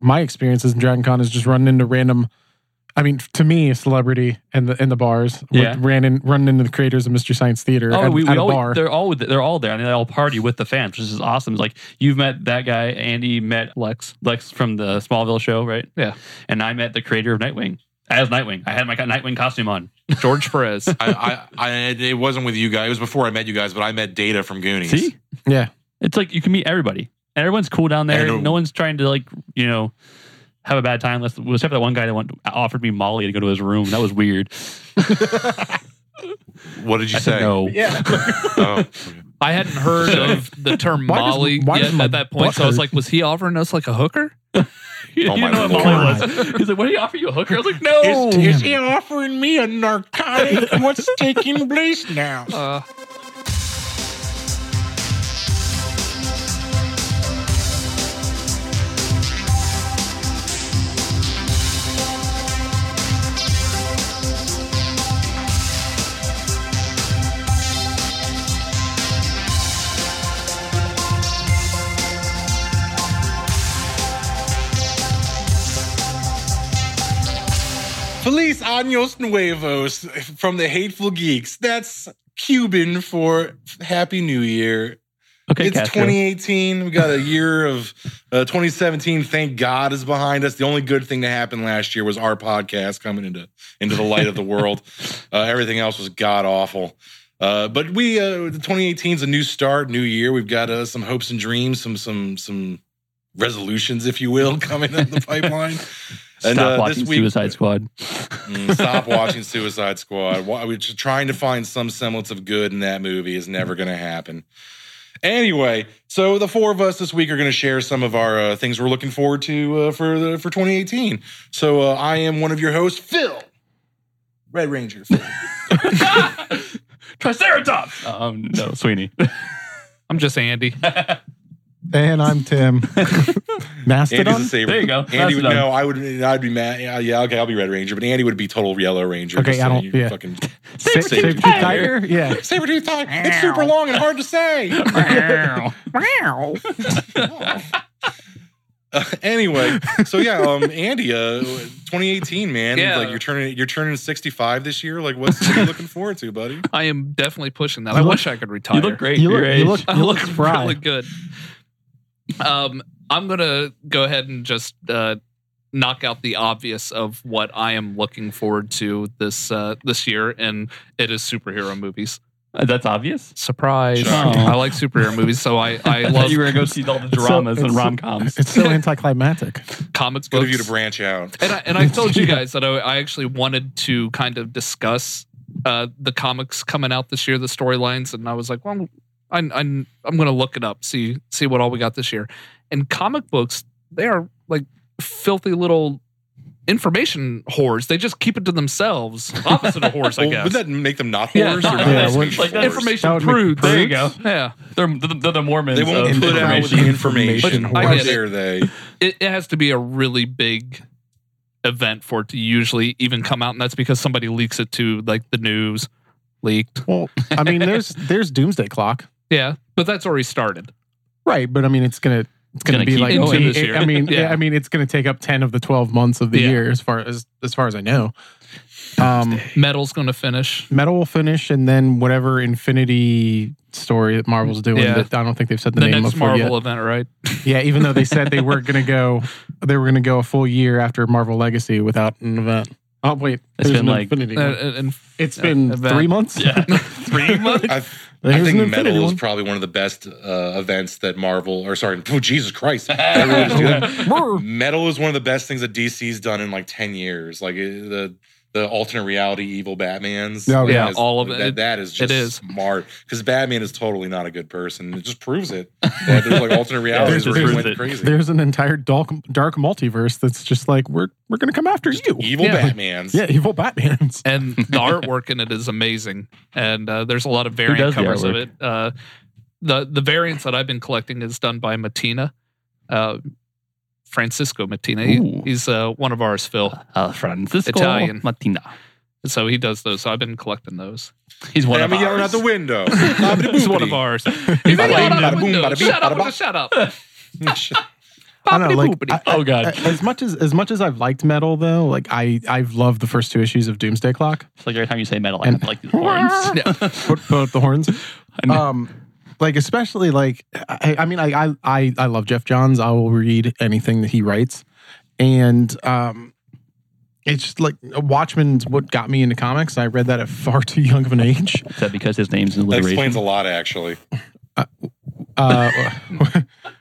my experiences in Dragon Con is just running into random. I mean, to me, celebrity and the in the bars. Yeah. With, ran in, running into the creators of Mystery Science Theater Oh, at, we, at we a always, bar. they're all they're all there, and they all party with the fans, which is awesome. It's like you've met that guy, Andy met Lex, Lex from the Smallville show, right? Yeah. and I met the creator of Nightwing as Nightwing. I had my co- Nightwing costume on. George Perez. I, I, I, it wasn't with you guys. It was before I met you guys, but I met Data from Goonies. See, Yeah. it's like you can meet everybody, and everyone's cool down there. And, uh, No one's trying to like you know have a bad time. Let's except for that one guy that went, offered me Molly to go to his room. That was weird. What did you I say? said no. Yeah. Oh, okay. I hadn't heard of the term Why does- Molly why does yet my at that point, butt so I was hurt? like, was he offering us like a hooker? you Oh didn't my know what Molly Lord. was. He's like, "What do you offer you a hooker?" I was like, "No." Damn. Is he offering me a narcotic? What's taking place now? Uh, Feliz Años Nuevos from the Hateful Geeks. That's Cuban for Happy New Year. Okay, it's Castro. 2018. We got a year of uh, 2017. Thank God is behind us. The only good thing that happened last year was our podcast coming into into the light of the world. Uh, everything else was god awful. Uh, but we uh, 2018 is a new start, new year. We've got uh, some hopes and dreams, some some some resolutions, if you will, coming up the pipeline. Stop uh, this watching week- Suicide Squad. Mm, stop watching Suicide Squad. Why- We're just trying to find some semblance of good in that movie is never Mm-hmm. going to happen. Anyway, so the four of us this week are going to share some of our uh, things we're looking forward to uh, for the, for 2018. So uh, I am one of your hosts, Phil, Red Ranger. Phil. Triceratops. Um, no, Sweeney. I'm just Andy. And I'm Tim. Andy's a Mastodon. saver. There you go. Andy would Mastodon. no. I would. I'd be mad. Yeah, yeah, okay. I'll be Red Ranger, but Andy would be total Yellow Ranger. Okay, just I so don't- you yeah. Fucking Sa- Saber-tooth saber-tooth tiger. tiger. Yeah. Sabretooth Tiger. It's super long and hard to say. Wow. Uh, anyway, so yeah, um, Andy, uh, 2018, man, Yeah. like you're turning you're turning 65 this year. Like, what's what are you looking forward to, buddy? I am definitely pushing that. You I look- wish I could retire. You look great. You for look, your you age. look, I you look look spry. really good. Um, I'm gonna go ahead and just uh, knock out the obvious of what I am looking forward to this uh, this year, and it is superhero movies. Uh, That's obvious. Surprise! Sure. I like superhero movies, so I I love you were gonna go see all the It's so- dramas and it's so- rom coms. It's so anticlimactic. comics Good books. of you to branch out. and I, and I told you guys that I, I actually wanted to kind of discuss uh, the comics coming out this year, the storylines, and I was like, well, I, I, I'm going to look it up, see see what all we got this year. And comic books, they are like filthy little information whores. They just keep it to themselves. Opposite of whores, I Well, guess. would that make them not Yeah, whores? no, or not yeah, That's what- just like, that's- whores? information That would make prudes. There you go. Yeah, They're, they're, they're the Mormons. They won't of put out with information. the information. Information. I How get it. dare they? it, it has to be a really big event for it to usually even come out, and that's because somebody leaks it to like the news leaked. Well, I mean, there's there's Doomsday Clock, Yeah, but that's already started. right? But I mean, it's gonna it's gonna, Gonna be keep like going it- this year. I mean, Yeah. yeah, I mean, it's gonna take up ten of the twelve months of the Yeah. year, as far as as far as I know. Um, Metal's going to finish. Metal will finish, and then whatever Infinity story that Marvel's doing. Yeah. That I don't think they've said the, The, name next of it Marvel yet. event, right? Yeah, even though they said they were gonna go, they were gonna go a full year after Marvel Legacy without an event. Oh wait, It's there's been an like- Infinity. Uh, one. and- it's uh, been event. three months. Yeah. three months. I, I There's an think Infinity metal is one. probably one of the best uh, events that Marvel, or sorry, oh, Jesus Christ. Did I really just do that? metal is one of the best things that DC's done in like 10 years. Like it, the the alternate reality evil Batmans. Oh, yeah. That is- All of it. That, that is just It is. smart because Batman is totally not a good person. It just proves it. That there's like alternate realities it where he proves went it. crazy. There's an entire dark dark multiverse that's just like we're we're gonna come after you. evil Yeah. Batmans. Yeah, evil Batman's. and the artwork in it is amazing. And uh, there's a lot of does variant the covers of artwork? it. Uh, the the variants that I've been collecting is done by Matina, uh, Francisco Matina. He, Ooh. he's uh, one of ours, Phil. Uh, Francisco Italian. Martina. So he does those. So I've been collecting those. He's one And of I'm yelling out ours. the window. He's one of ours. He's Bada yelling out bing, bada the window. bing, bada Shut up! bing. Shut up! I don't know, like, Boppity-boopity. I- Oh god, I- as much as as much as I've liked metal though, like I I've loved the first two issues of Doomsday Clock. it's like every time you say metal, I And- like horns. Put, put up the horns. know. Um, like especially like I, I mean I, I I I love Jeff Johns. I will read anything that he writes, and um, it's just like Watchmen's what got me into comics. I read that at far too young of an age. Is that because his name's in That alliteration? explains a lot, actually. Uh,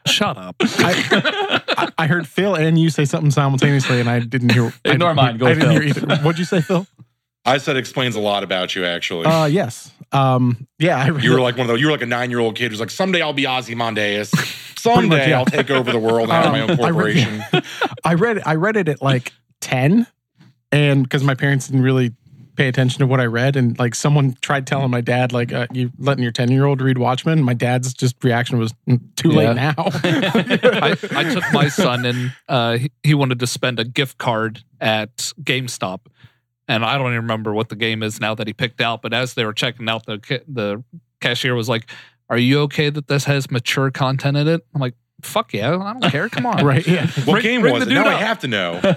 Shut up. I, I, I heard Phil and you say something simultaneously, and I didn't hear. I Ignore didn't mine. hear- Go I with didn't hear Phil. either. What'd you say, Phil? I said explains a lot about you, actually. Uh, yes. Um, yeah, I read you were like one of those. You were like a nine-year-old kid who's like, someday I'll be Ozymandias. Someday Pretty much, yeah. I'll take over the world and have my Um, own I read- corporation. I read I read it at like 10 and because my parents didn't really pay attention to what I read and like someone tried telling my dad like uh, you letting your 10 year old read Watchmen my dad's just reaction was "Mm, too late Yeah. now I, I took my son and uh, he- he wanted to spend a gift card at GameStop, and I don't even remember what the game is now that he picked out. But as they were checking out, the ca- the cashier was like, "Are you okay that this has mature content in it?" I'm like, "Fuck yeah, I don't care. Come on, right yeah What Bring- game bring was the it? Now dude I up. have to know.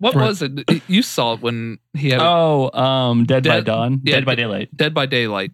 What Right. was it? You saw it when he Uh, had Oh, um, Dead, by Dead- Dawn, yeah, Dead by d- Daylight. Dead by Daylight."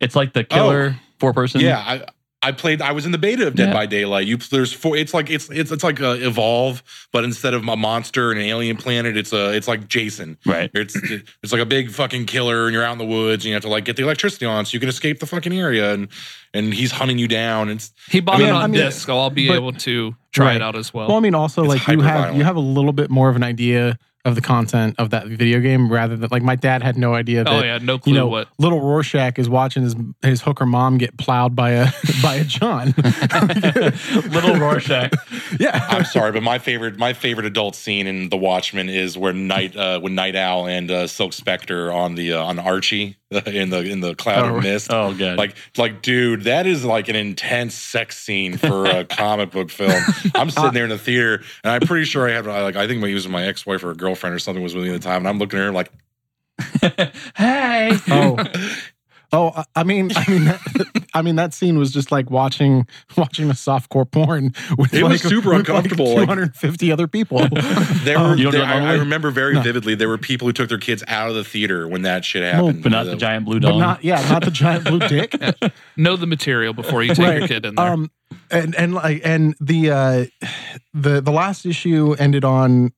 It's like the killer four person. Yeah, I, I played. I was in the beta of Dead Yeah. by Daylight. You there's four. It's like it's it's it's like uh evolve, but instead of a monster and an alien planet, it's a it's like Jason. right. It's it's like a big fucking killer, and you're out in the woods, and you have to like get the electricity on so you can escape the fucking area, and and he's hunting you down. It's He bought I mean, it on I mean- disc, so I'll be but- able to try Right. it out as well. well I mean also It's like you have hyper-violent. you have a little bit more of an idea of the content of that video game rather than like my dad had no idea that oh yeah, no clue you know, what. little Rorschach is watching his his hooker mom get plowed by a by a John. Little Rorschach. yeah, I'm sorry, but my favorite my favorite adult scene in The Watchmen is where Night uh, when Night Owl and uh, Silk Spectre on the uh, on Archie in the in the cloud Oh. of mist. Oh god. Like, like, dude, that is like an intense sex scene for a comic book film. Uh, I'm sitting there in the theater, and I'm pretty sure I had like I think my was my ex wife or a girlfriend or something was with me at the time, and I'm looking at her like, hey. Oh, oh, I- I mean, I mean, that, I mean, that scene was just like watching watching a softcore porn with It like, was super with, like, uncomfortable, like- 250 other people. there Oh, were. Um, you don't do there- it I, I normally? remember very No. vividly there were people who took their kids out of the theater when that shit No, happened. but not the Uh, giant blue but dome. not, yeah, not the giant blue dick. Know the material before you take your Right. kid in there. Um, and and like and the uh, the the last issue ended on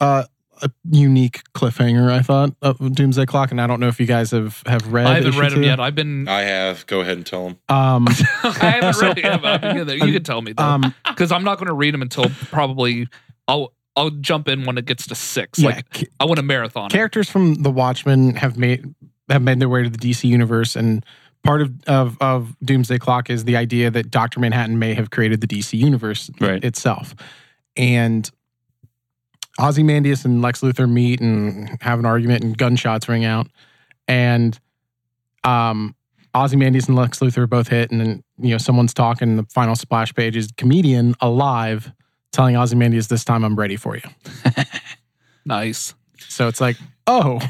uh, a unique cliffhanger. I thought of Doomsday Clock, and I don't know if you guys have have read. I haven't issue read them two. yet. I've been I have. Go ahead and tell them. Um, I haven't read it yet, but I've been getting there. You can tell me though, um, because I'm not going to read them until probably I'll I'll jump in when it gets to six. yeah, Like I want a marathon. it. characters from the Watchmen have made have made their way to the DC universe, and part of of, of Doomsday Clock is the idea that Doctor Manhattan may have created the DC universe Right. itself, and. Ozymandias and Lex Luthor meet and have an argument, and gunshots ring out. And um, Ozymandias and Lex Luthor both hit, and then you know someone's talking. The final splash page is comedian alive telling Ozymandias, "This time I'm ready for you." Nice. So it's like, oh,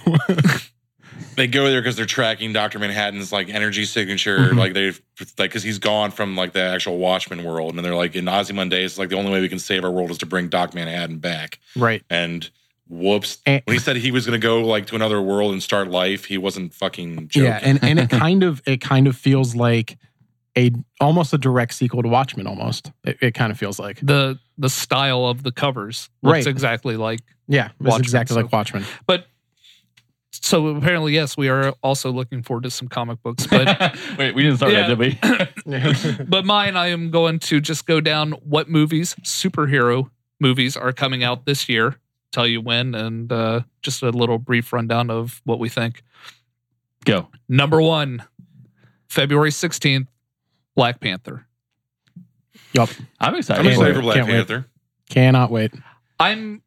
they go there because they're tracking Doctor Manhattan's like energy signature, Mhm. Mm-hmm. like they've like because he's gone from like the actual Watchmen world, and they're like in Ozymandias, like the only way we can save our world is to bring Doc Manhattan back. right. And whoops, Eh. And- when he said he was going to go like to another world and start life, he wasn't fucking joking. Yeah, and and it kind of it kind of feels like a almost a direct sequel to Watchmen. Almost, it, it kind of feels like. The the style of the covers looks Right. exactly like. Yeah, it's Watchmen, exactly so- like Watchmen. So apparently, yes, we are also looking forward to some comic books, but Wait, we didn't start Yeah. that, did we? but mine, I am going to just go down what movies, superhero movies, are coming out this year. Tell you when, and uh, just a little brief rundown of what we think. Go. Number one, February sixteenth, Black Panther. yup, I'm excited. I'm Can't excited wait. for Black Can't wait. Panther. cannot wait. I'm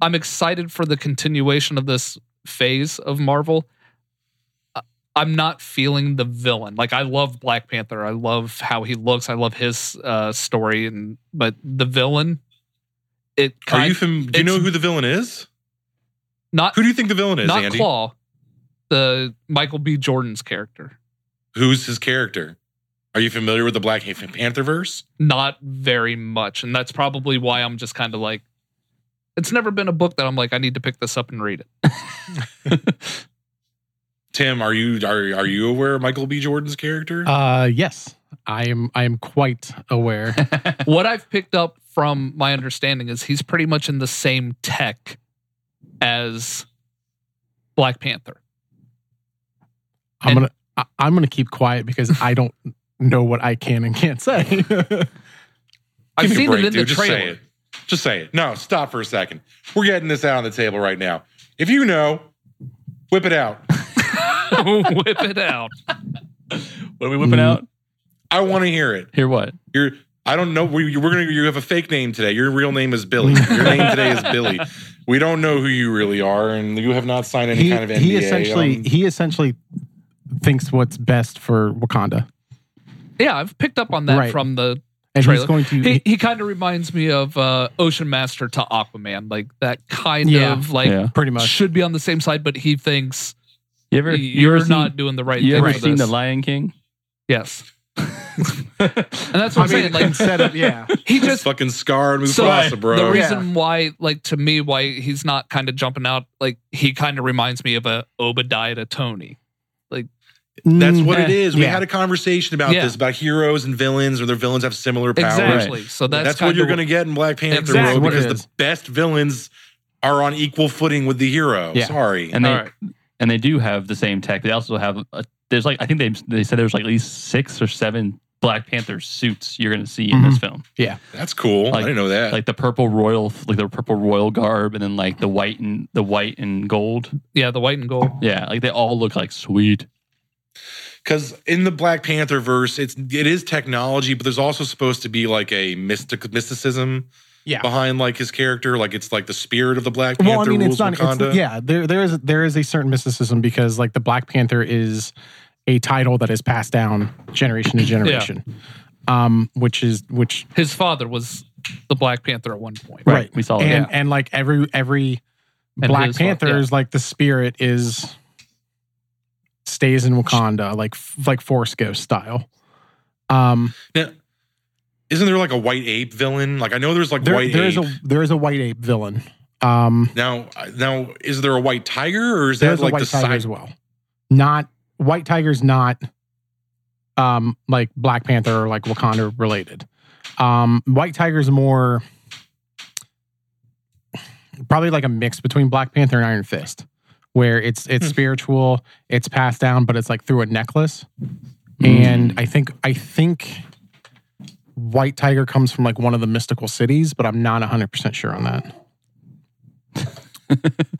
I'm excited for the continuation of this phase of Marvel. I- I'm not feeling the villain. Like I love Black Panther. I love how he looks. I love his uh, story, and but the villain, it Are kind you fam- Do you know it's- who the villain is? not Who do you think the villain is, not Andy? Claw, the Michael B. Jordan's character. Who's his character? Are you familiar with the Black Panther verse? Not very much, and that's probably why I'm just kind of like, it's never been a book that I'm like I need to pick this up and read it. Tim, are you are are you aware of Michael B. Jordan's character? Uh, yes, I am. I am quite aware. what I've picked up from my understanding is he's pretty much in the same tech as Black Panther. I'm And- gonna. I, I'm gonna keep quiet because I don't know what I can and can't say. I've Give me a seen break, it dude. in the Just trailer. Say it. Just say it. No, stop for a second. We're getting this out on the table right now. If you know, whip it out. Whip it out. What are we whipping Mm. out? I want to hear it. Here, what? You're. I don't know. We, we're gonna. You have a fake name today. Your real name is Billy. Your name today is Billy. We don't know who you really are, and you have not signed any he, kind of NDA. he essentially on- he essentially thinks what's best for Wakanda, Yeah, I've picked up on that Right. from the. and Trailer. he's going to. He, he kind of reminds me of uh, Ocean Master to Aquaman, like that kind Yeah. of like yeah. pretty much. should be on the same side, but he thinks You ever? You you're ever not Seen, doing the right you thing. ever for seen this. the Lion King? Yes, and that's what I'm saying. Like instead of yeah, he just fucking scarred Mufasa, So, bro. The Yeah. reason why, like to me, why he's not kind of jumping out, like he kind of reminds me of a Obadiah to Tony. That's what Mm, it is. We yeah. had a conversation about Yeah. this about heroes and villains, or their villains have similar powers. Exactly. So that's, That's, what kinda you're going to get in Black Panther, Exactly bro, what it because is. the best villains are on equal footing with the hero. Yeah. Sorry. And they All right. and they do have the same tech. They also have a, there's like I think they they said there's like at least six or seven Black Panther suits you're gonna see in this Mm-hmm. film. That's cool. I Like- didn't know that. Like the purple royal, like the purple royal garb, and then like the white and the white and gold. Yeah, the white and gold. Yeah, like they all look like sweet. Because in the Black Panther verse, it's it is technology, but there's also supposed to be like a mystic mysticism yeah. behind like his character. Like it's like the spirit of the Black Panther Well, I mean, rules it's not. Wakanda. It's, yeah, there there is there is a certain mysticism because like the Black Panther is a title that is passed down generation to generation, um, which is which His father was the Black Panther at one point. Right. We saw Oh, and it. and like every every And Black his fa- Panther is like the spirit is stays in Wakanda like f- like Force Ghost style. Um, Now, isn't there like a white ape villain? Like I know there's like there white there ape. is a there is a white ape villain. Um, now, now is there a white tiger or is there's that a like white the tiger side? as well. Not white tiger's not um like Black Panther or like Wakanda related. Um White Tiger's more probably like a mix between Black Panther and Iron Fist, where it's it's spiritual, it's passed down, but it's like through a necklace. Hmm. Mm. And I think I think White Tiger comes from like one of the mystical cities, but I'm not 100% sure on that.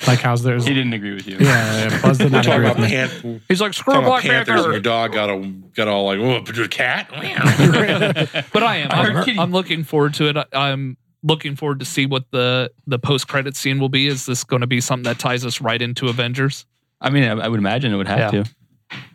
like how's there's He didn't agree with you. yeah, yeah, Buzz did We're not talking agree with me. about pan- He's like screw talking about Black panthers, and your Panther, dog got a, got all like, oh, but a cat. but I am. I heard I'm, kitty. I'm looking forward to it. I, I'm looking forward to see what the the post credit scene will be. Is this going to be something that ties us right into Avengers? I mean, I, I would imagine it would have Yeah. to.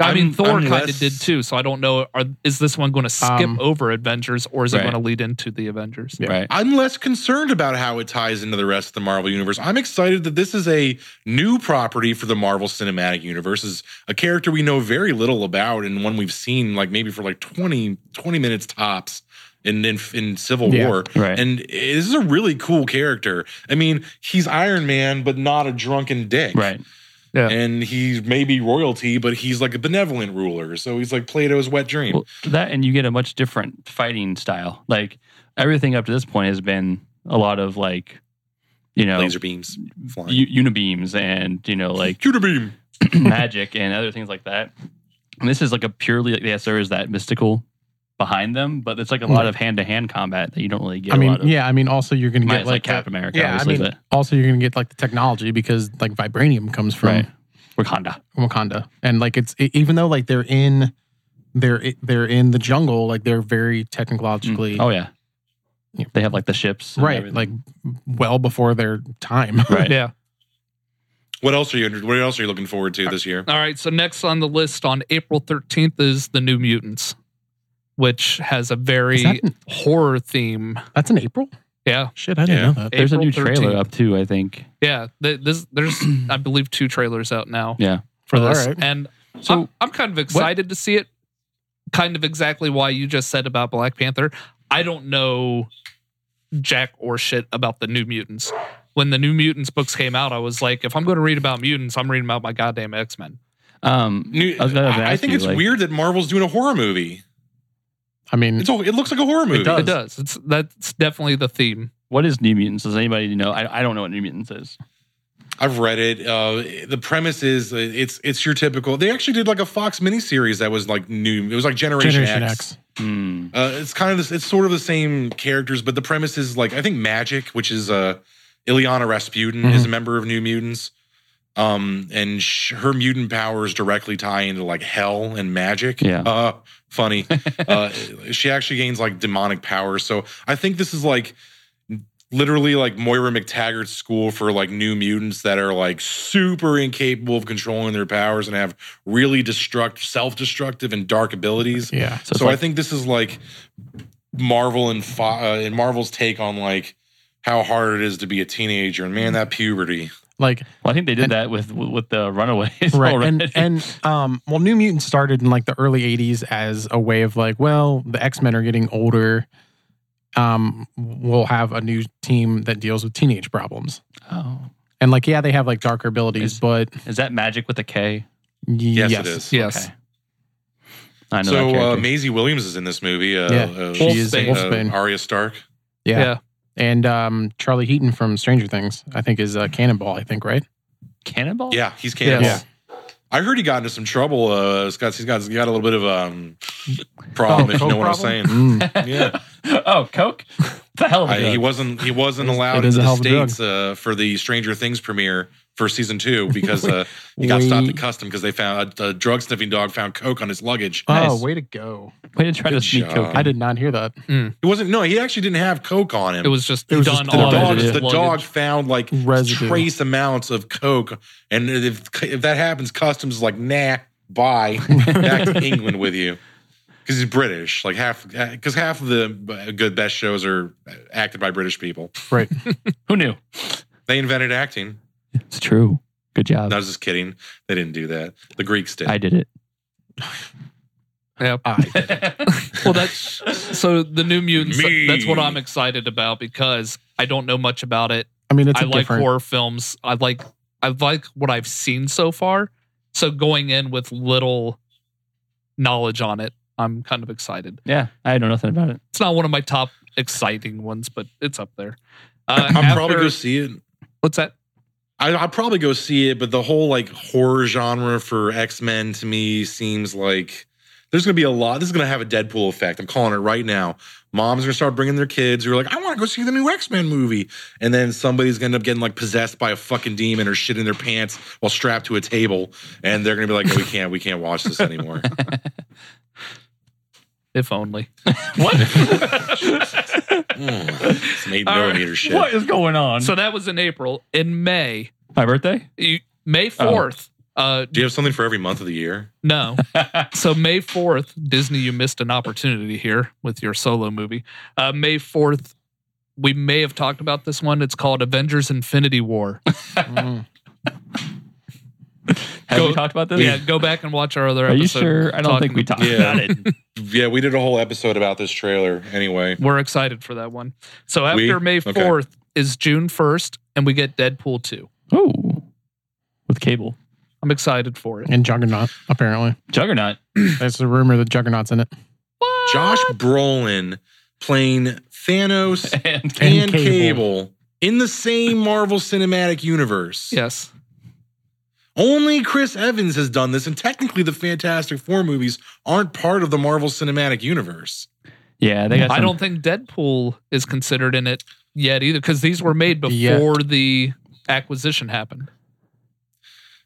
I mean, I'm- Thor I'm kind of less- did too. So I don't know. Are, is this one going to skip Um, over Avengers, or is it Right. going to lead into the Avengers? Yeah. Right. I'm less concerned about how it ties into the rest of the Marvel universe. I'm excited that this is a new property for the Marvel Cinematic Universe. is a character we know very little about and one we've seen like maybe for like 20 20 minutes tops in in, in Civil Yeah. War. Right. And this is a really cool character. I mean, he's Iron Man but not a drunken dick. Right. And he may be royalty, but he's like a benevolent ruler. So he's like Plato's wet dream. Well, that and you get a much different fighting style. Like everything up to this point has been a lot of like, you know, Laser beams flying. u- unibeams and you know like Cuter beam. magic and other things like that. And this is like a purely like, yes, there is that mystical behind them, but it's like a lot of hand to hand combat that you don't really get. Mm. I a mean, lot of. yeah, I mean, also you're going to Minus, get like, like Cap the- America, Yeah, I obviously, mean, also you're going to get like the technology because like vibranium comes but from right, Wakanda. Wakanda, and like it's e- even though like they're in they're i- they're in the jungle, like they're very technologically Oh yeah, Yeah. they have like the ships, and right, everything. like well before their time. right. Yeah. What else are you what else are you looking forward to this year? All right. So next on the list on April 13th is the New Mutants, which has a Is very that in- horror theme. that's in April. Yeah. Shit, I didn't Yeah. know that. There's April a new trailer 13th. up too. I think. Yeah. th- this, there's, I believe, two trailers out now Yeah. for Oh, all this. right. And So I'm, I'm kind of excited to see it kind of exactly why you just said about Black Panther. I don't know jack or shit about the New Mutants. When the New Mutants books came out, I was like, if I'm going to read about mutants, I'm reading about my goddamn X Men. Um, New, I was gonna I, I ask think you, it's like- weird that Marvel's doing a horror movie. I mean, It's a, it looks like a horror movie. does. It does. It's that's definitely the theme. what is New Mutants? Does anybody know? I, I don't know what New Mutants is. I've I've read it. Uh, the premise is uh, it's it's your typical. They actually did like a Fox miniseries that was like new. It was like Generation, Generation X. X. Hmm. Uh, it's kind of this, it's sort of the same characters, but the premise is like I think Magic, which is uh, Ileana Rasputin, is a member of New Mutants, um, and sh- her mutant powers directly tie into like hell and magic. Yeah. uh, funny. uh, she actually gains like demonic powers, so I think this is like literally like Moira McTaggart's school for like New Mutants that are like super incapable of controlling their powers and have really destruct, self-destructive, and dark abilities Yeah. So, it's so I like, think this is like Marvel and Fo- uh, and Marvel's take on like how hard it is to be a teenager and man that puberty. Like well, I think they did and- that with with the Runaways. right already. and and um well new mutants started in like the early 80s as a way of like well the x-men are getting older um we'll have a new team that deals with teenage problems oh, and like yeah they have like darker abilities Is- but is that Magic with a K? yes, Yes, it is. Yes. Okay. I know. that So uh, character. Maisie Williams is in this movie. Uh, Yeah, uh, she is uh, Wolfsbane. Arya Stark. yeah. Yeah. and um charlie heaton from stranger things i think is uh, cannonball i think right Cannonball. Yeah, he's Cannibal. Yes. I heard he got into some trouble. Uh, he's got he's got he's got a little bit of um problem Oh, if you know coke what I'm problem? saying. Mm. Yeah. oh, Coke. the hell of a I, he drug. wasn't he wasn't allowed Oh it is into a hell the of a drug. states uh, for the Stranger Things premiere for season two because uh, he got Wait. stopped at custom because they found a, a drug sniffing dog found coke on his luggage. oh Nice. way to go Way to try to Good sneak job. Coke. in. i did not hear that It wasn't. No, he actually didn't have coke on him. It was just It was done just the all dog. of it, The dog found like Residue. trace amounts of coke, and if if that happens, customs is like, nah, bye, back to England with you. Because he's British, like half, because half of the uh, good best shows are uh, acted by British people. right Who knew? They invented acting. It's true. Good job. No, I was just kidding. They didn't do that. The Greeks did. I did it. Yep. I, Well, that's so the New Mutants. Me. That's what I'm excited about because I don't know much about it. I mean it's I a like different horror films. I like I like what I've seen so far. So going in with little knowledge on it, I'm kind of excited. Yeah, I know nothing about it. It's not one of my top exciting ones, but it's up there. Uh, I'm after- probably gonna see it. what's that? I, I'll probably go see it, but the whole like horror genre for X Men to me seems like there's going to be a lot. This is going to have a Deadpool effect. I'm calling it right now. Moms are going to start bringing their kids who are like, I want to go see the new X Men movie. And then somebody's going to end up getting like possessed by a fucking demon or shit in their pants while strapped to a table. And they're going to be like, no, we can't, we can't watch this anymore. If only. What? Mm, it's made All right. millimeter shit. what is going on? So that was in April. In May, My birthday? you, May Oh. fourth. Uh, Do you have something for every month of the year? no. So May 4th, Disney, you missed an opportunity here with your solo movie. Uh, May 4th, we may have talked about this one. It's called Avengers Infinity War. Mm. Have Go- we talked about this? yeah, go back and watch our other Are episode. you sure? I don't talking- think we talked Yeah. about it. Yeah, we did a whole episode about this trailer anyway. We're excited for that one. So after We? May Okay. 4th is June 1st, and we get Deadpool 2. Ooh. With cable. I'm excited for it. and juggernaut apparently Juggernaut. there's a rumor that juggernaut's in it Josh Brolin playing Thanos And and And cable. Cable. in the same Marvel Cinematic Universe. Yes. Only Chris Evans has done this, and technically, the Fantastic Four movies aren't part of the Marvel Cinematic Universe. yeah, they got I some- don't think Deadpool is considered in it yet either because these were made before Yet. the acquisition happened.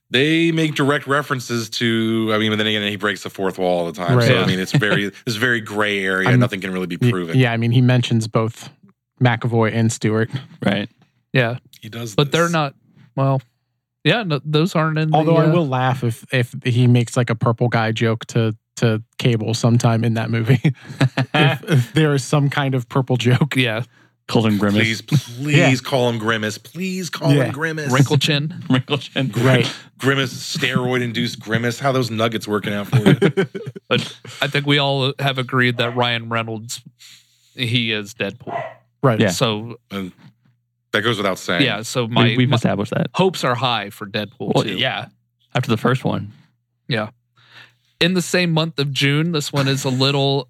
They make direct references to. I mean, but then again, he breaks the fourth wall all the time. So Right. I mean, it's very it's very gray area. I'm- Nothing can really be Y- proven. yeah i mean he mentions both mcavoy and stewart right. Yeah, he does. but they're this. not. Well, yeah, no, those aren't in. Although I the, uh, will laugh if if he makes like a purple guy joke to to Cable sometime in that movie. if, if there is some kind of purple joke, Yeah, Call him Grimace. Please, please call him Grimace. Please call Yeah. him Grimace. Wrinkle chin. Wrinkle chin. Right. Grimace, steroid induced Grimace. How those nuggets working out for you? But I think we all have agreed that Ryan Reynolds, he is Deadpool. Right. Yeah. So and that goes without saying. yeah, so We- my, we've my established that hopes are high for Deadpool Well, too. yeah. after the first one. in the same month of June. This one is a little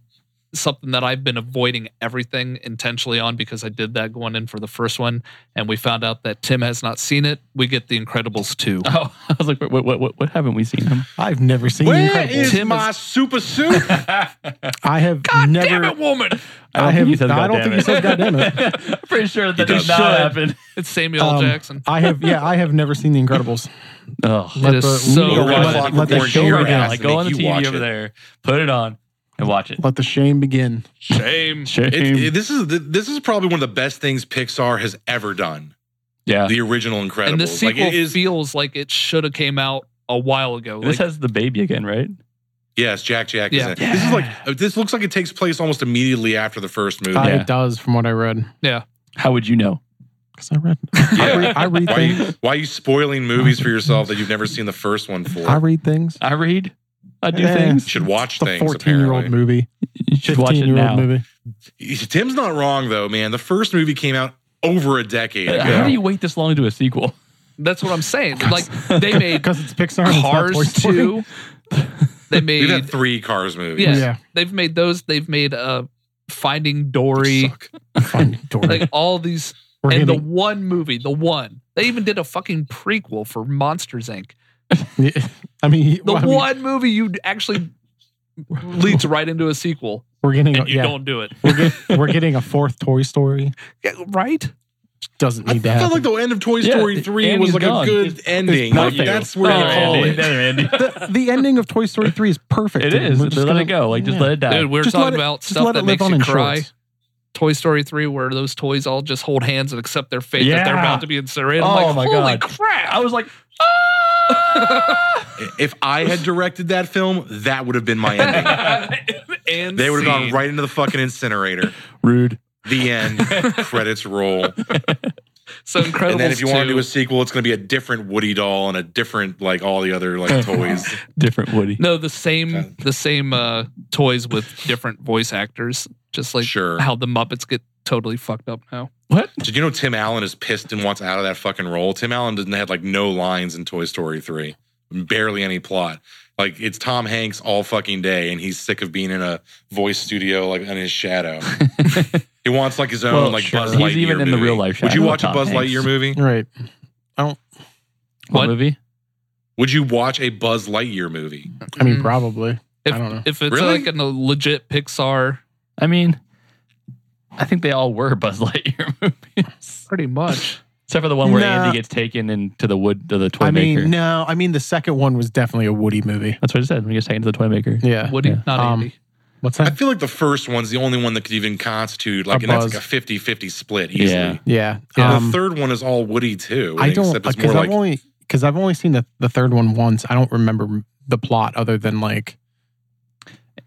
something that I've been avoiding everything intentionally on because I did that going in for the first one, and we found out that Tim has not seen it. We get The Incredibles two. Oh, I was like, what, what, what, what haven't we seen him? I've never seen The Where Incredibles. is Tim my super suit? I have Damn never. it, woman! I have. you said I don't "God think you said damn goddamn it. I'm pretty sure that You did just not should. happen. It's Samuel Um, Jackson. I have. Yeah, I have never seen The Incredibles. Oh, Let It is the- so let- good. let- let the Orange shame Your right begin. now. ass Like, to go on the make you watch TV over it. there, put it on, and watch it. Let the shame begin. Shame. Shame. It- it- this is this is probably one of the best things Pixar has ever done. yeah. The original Incredibles. And this sequel like it is. feels like it should have came out a while ago. this Like, has the baby again, right? Yes, Jack Jack. is Yeah. in it. This is like this looks like it takes place almost immediately after the first movie. Uh, Yeah. It does, from what I read, How would you know? because I read. I Yeah. read, I read Why are, things. you, why are you spoiling movies for yourself that you've never seen the first one for? I read things. I read. I do Yeah. you things. should watch It's the things. 14 year old apparently. movie. You should watch it 15-year-old now. movie. Tim's not wrong though, man. The first movie came out over a decade ago. How do you wait this long to do a sequel? that's what I'm saying. Like they made Because it's Pixar. and it's not Toy Cars Story. two. They made We've had three Cars movies. Yeah. Yeah. they've made those. They've made uh Finding They Dory. suck. Fun Dory. Like all these We're and the hitting- one movie, the one. They even did a fucking prequel for Monsters Inc. I mean, The well, I mean, one movie you actually leads right into a sequel, we're getting. A, and you yeah, don't do it. we're, get, we're getting a fourth Toy Story. Yeah, right? Doesn't I need to felt happen. like the end of Toy Yeah, Story the- 3 and was he's like gone. a good ending. not Like, you. that's where Another they call Andy, it. another the, Andy. the ending of Toy Story 3 is perfect. It and is. we're Just let gonna- it go. Like just yeah. let it die. Dude, we were Just let talking it- about just stuff let it that live makes on you in cry. shorts. Toy Story 3, where those toys all just hold hands and accept their fate that they're Yeah. about to be incinerated. Oh I'm like, my holy God. crap. I was like, If I had directed that film, that would have been my ending. and they would have gone scene. right into the fucking incinerator. rude. The end. Credits roll. So incredible. And then if you want to do a was sequel, it's going to be a different Woody doll and a different, like all the other like toys. Different Woody. no, the same Okay. the same uh, toys with different voice actors, just like Sure. how the Muppets get totally fucked up now. What? Did you know Tim Allen is pissed and wants out of that fucking role? Tim Allen didn't have like no lines in Toy Story 3, barely any plot. Like it's Tom Hanks all fucking day, and he's sick of being in a voice studio like in his shadow. he wants like his own Well, like sure. Buzz He's Lightyear. even in the movie. real life Would you shadow of watch a Tom Buzz Hanks. Lightyear movie? Right. What, What? movie? Would you watch a Buzz Lightyear movie? I mean, Mm. probably. If, I don't know. if it's uh, Really? like an, a legit Pixar, I mean, I think they all were Buzz Lightyear movies, pretty much. except for the one where Nah. Andy gets taken into the wood to the toy I mean, maker. no. I mean, the second one was definitely a Woody movie. That's what it said. When he gets taken to the toy maker. Yeah. Woody, Yeah. not Um, Andy. What's I that? feel like the first one's the only one that could even constitute like A and that's like Buzz. a 50-50 split Yeah. easily. Yeah. And um, the third one is all Woody too. I don't uh, except it's because more I've like only because I've only seen the, the third one once. I don't remember the plot other than like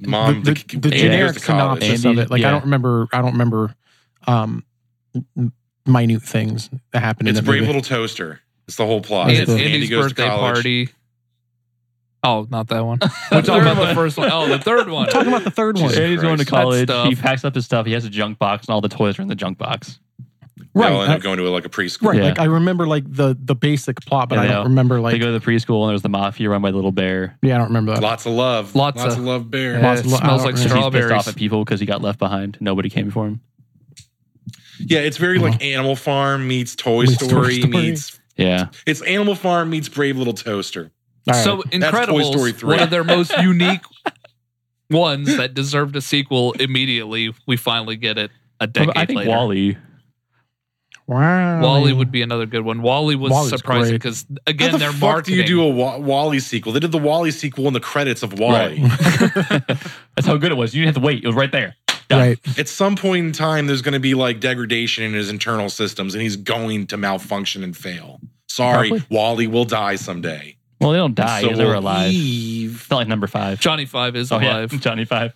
Um, mom the, the, the, the, the here's generic the college. synopsis of Andy- it. Like yeah. I don't remember. I don't remember um, m- minute things that happened It's in the Brave movie. Little Toaster. It's the whole plot. And Andy it's goes- Andy's birthday party. Oh, not that one. We're third talking about the one. first one. Oh, the third one. talking about the third one, Jesus Andy's going to Christ. college. That stuff. He packs up his stuff. He has a junk box, and all the toys are in the junk box. Right. right? They all end I- up going to like a preschool. Right. Yeah. Like I remember like the the basic plot, but Yeah, I they don't all- remember they like go to the preschool, and there's the mafia run by the little bear. yeah, I don't remember that. Lots of love. Lots of- of, love bear. Yeah. Yeah, Lots of- it I smells don't like remember. He's pissed off strawberries. at people because he got left behind. Nobody came before him. Yeah, it's very like Animal Farm meets Toy Uh-huh. Meets Toy Story, Story. meets Yeah. it's Animal Farm meets Brave Little Toaster. All right. So That's Toy Story Incredibles, 3. one of their most unique ones that deserved a sequel immediately. We finally get it a decade I think later. Wally. wow. Wally would be another good one. Wally was Wally's surprising Oh, great. because How again, the their fuck marketing. do you do a Wa- Wally sequel? They did the Wally sequel in the credits of Wally. That's how good it was. You didn't have to wait. It was right there. right. At some point in time, there's going to be like degradation in his internal systems, and he's going to malfunction and fail. Sorry, Probably. Wally will die someday. Well, they don't die. So they were will alive. Eve. It's not like number five. Johnny Five is Oh, yeah. alive. Johnny Five.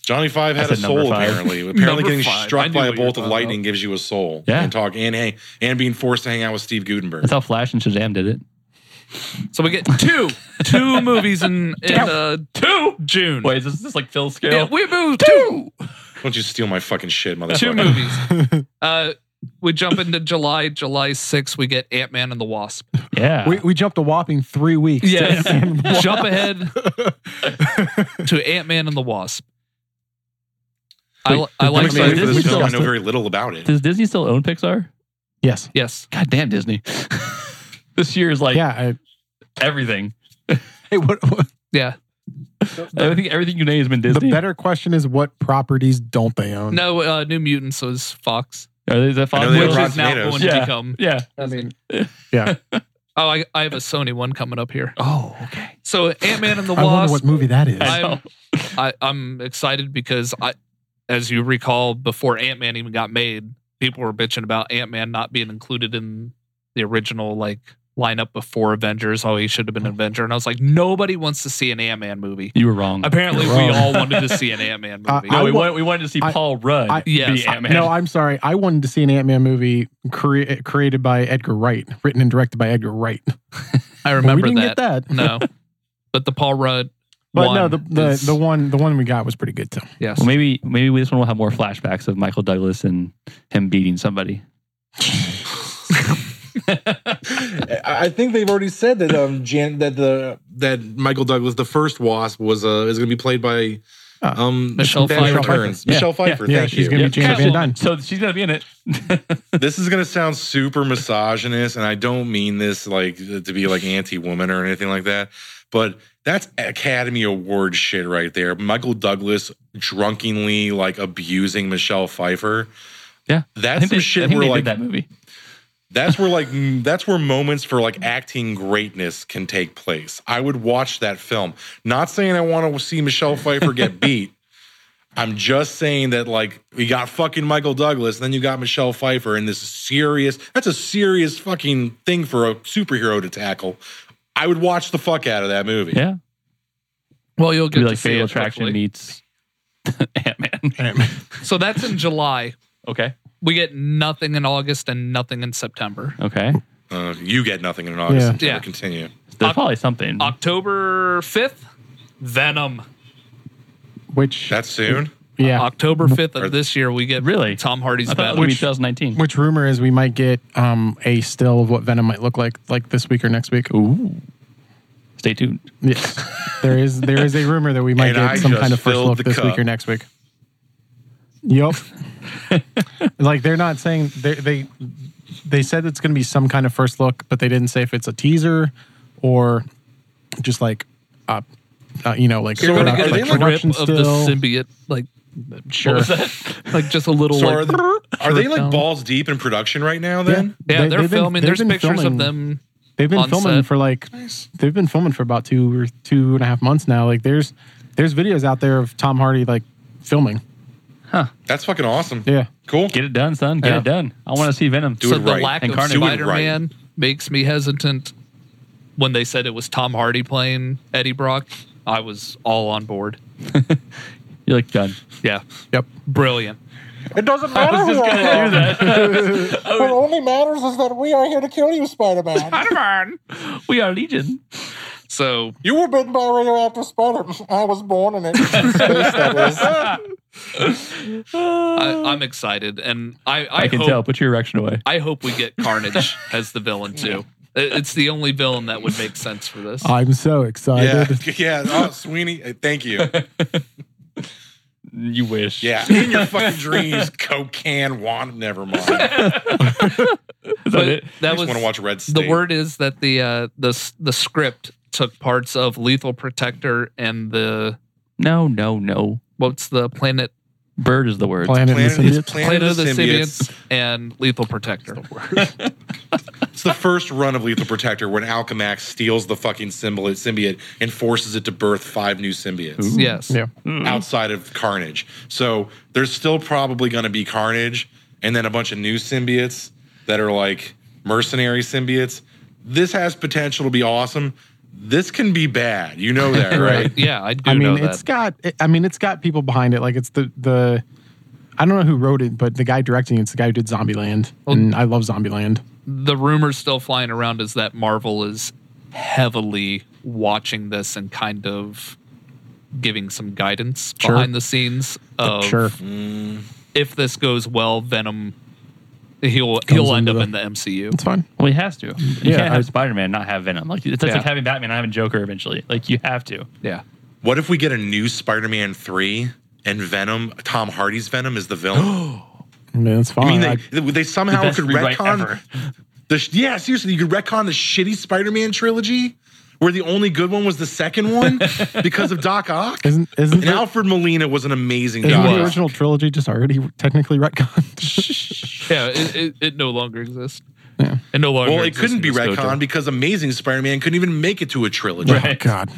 Johnny Five had a said number soul five. apparently. Apparently, Number getting five. I struck knew by a what you were bolt of talking lightning gives you a soul. Yeah. and talk and hang and being forced to hang out with Steve Gutenberg. That's how Flash and Shazam did it. So we get two, two movies in in uh, two June. Wait, is this, is this like Phil Yeah, scale? we moved two, Don't you steal my fucking shit, motherfucker? two movies. Uh, we jump into July. July 6th, we get Ant Man and the Wasp. yeah. We, we jumped a whopping three weeks. to Yes. Ant-Man and Jump ahead to Ant Man and the Wasp. I, li- I I'm like excited Wait, for did this we film. still- I know very little about it. Does Disney still own Pixar? yes. Yes. God damn Disney. this year is like yeah. I, everything. hey, what, what- Yeah. Everything, everything you name has been the Disney. better question is what properties don't they own? No, uh, New Mutants was Fox, Are they, is that Fox? know they which have Rotten is now Tomatoes. going to Yeah. become. yeah. I mean, Oh, I, I have a Sony one coming up here. Oh, okay. So Ant Man and the I wonder what Wasp. movie that is. I I'm, I, I'm excited because I, as you recall, before Ant Man even got made, people were bitching about Ant Man not being included in the original like lineup before Avengers. Oh, he should have been an Avenger, and I was like, nobody wants to see an Ant Man movie. You were wrong. Apparently, Mm, You're we wrong. all wanted to see an Ant Man Uh, movie. No, I we, wa- wanted, we wanted to see I- Paul Rudd I- Yes. be Ant Man. No, I'm sorry. I wanted to see an Ant Man movie crea- created by Edgar Wright, written and directed by Edgar Wright. I But remember we didn't that. get that. No, but the Paul Rudd. But one no, the the, is- the one the one we got was pretty good too. yes. well, maybe maybe we- this one will have more flashbacks of Michael Douglas and him beating somebody. I I think they've already said that um Jan that the that Michael Douglas the first Wasp was uh is going to be played by Uh, um Michelle Batman Pfeiffer. Returns. Yeah. Michelle Pfeiffer. Yeah, thank she's you. gonna be James Van Catwoman. Dyne. So she's gonna be in it. this is going to sound super misogynist, and I don't mean this like to be like anti woman or anything like that, but that's Academy Award shit right there. Michael Douglas drunkenly like abusing Michelle Pfeiffer. Yeah. I That's think they, some I shit think where they did like that movie. that's where like m- that's where moments for like acting greatness can take place. I would watch that film. Not saying I want to see Michelle Pfeiffer get beat. I'm just saying that like you got fucking Michael Douglas, then you got Michelle Pfeiffer, and this is serious. That's a serious fucking thing for a superhero to tackle. I would watch the fuck out of that movie. Yeah. Well, you'll It'd get be to like see Fatal it, Attraction hopefully. meets Ant Man. So that's in July. Okay. We get nothing in August and nothing in September. Okay. Uh, you get nothing in August. Yeah. until Yeah. we Continue. There's Oc- probably something. October 5th, Venom. Which That's soon. yeah, Mm-hmm. October 5th Or- of this year, we get Really? Tom Hardy's I thought it Venom. would be 2019. which rumor is we might get um a still of what Venom might look like like this week or next week. Ooh. Stay tuned. Yes, there is there is a rumor that we might And get I some just kind of first filled look the this cup. week or next week. Yep. like they're not saying they they they said it's going to be some kind of first look, but they didn't say if it's a teaser or just like uh, uh you know like You're So going to are- get are they a like drip production of the still. symbiote, like sure. like just a little. So like, are, the- are they down. like balls deep in production right now? Then yeah, They- they, are they've been- filming. they've There's been pictures filming- of them. They've been on filming set. for like they've been filming for about two or two and a half months now. Like there's there's videos out there of Tom Hardy like filming. that's fucking awesome. Yeah. Cool. Get it done, son. Get Yeah. it done. I want to see Venom. Do so it the right. lack And of Carnage. Do it right. Spider Man makes me hesitant. When they said it was Tom Hardy playing Eddie Brock, I was all on board. You're like done. Yeah, Yep. brilliant. It doesn't matter who I am. What only matters is that we are here to kill you, Spider-Man. Spider-Man. We are Legion. So you were bitten by a radioactive spider. I was born in it. Space, that is. I, I'm excited, and I I, I, can hope, tell. Put your erection away. I hope we get Carnage as the villain too. It- It's the only villain that would make sense for this. I'm so Yeah, excited. yeah. Oh, Sweeney, uh, thank you. You wish. Yeah, in your fucking dreams, Coke can want. Never mind. I Is But that it? that just was want to watch Red State. the word is that the uh, the s- the script took parts of Lethal Protector and the No, no, no. what's the planet Bird is the word. Planet, Planet, of the is Symbiotes. Planet, of the symbiotes. and Lethal Protector. It's the first run of Lethal Protector when Alchemax steals the fucking symbiote, symbiote and forces it to birth five new symbiotes Yes. Yeah. outside of Carnage. So there's still probably going to be Carnage and then a bunch of new symbiotes that are like mercenary symbiotes. This has potential to be awesome. this can be bad. You know that, right? Yeah, I do I mean, know it's that. got. It, I mean, it's got people behind it. Like it's the the. I don't know who wrote it, but the guy directing it's the guy who did Zombieland, Oh. and I love Zombieland. The rumors still flying around is that Marvel is heavily watching this and kind of giving some guidance Sure. behind the scenes of Sure, if this goes well, Venom he'll he'll end up into the- in the MCU. it's fine. Well, he has to. You Yeah, can't have I- Spider Man not have Venom. Like it's just Yeah. like having Batman not having Joker eventually. Like you have to. Yeah. What if we get a new Spider-Man three and Venom? Tom Hardy's Venom is the villain. I mean, it's I fine. mean, I- they, they Oh, The somehow best could rewrite retcon ever. the sh- yeah. Seriously, you could retcon the shitty Spider-Man trilogy, where the only good one was the second one because of Doc Ock. isn't isn't And the, Alfred Molina was an amazing isn't Doc. the Ock. original trilogy just already technically retconned? Yeah, it, it, it no longer exists. Yeah. It no longer Well, it exists couldn't in be this dojo. retcon because Amazing Spider-Man couldn't even make it to a trilogy. Right. God,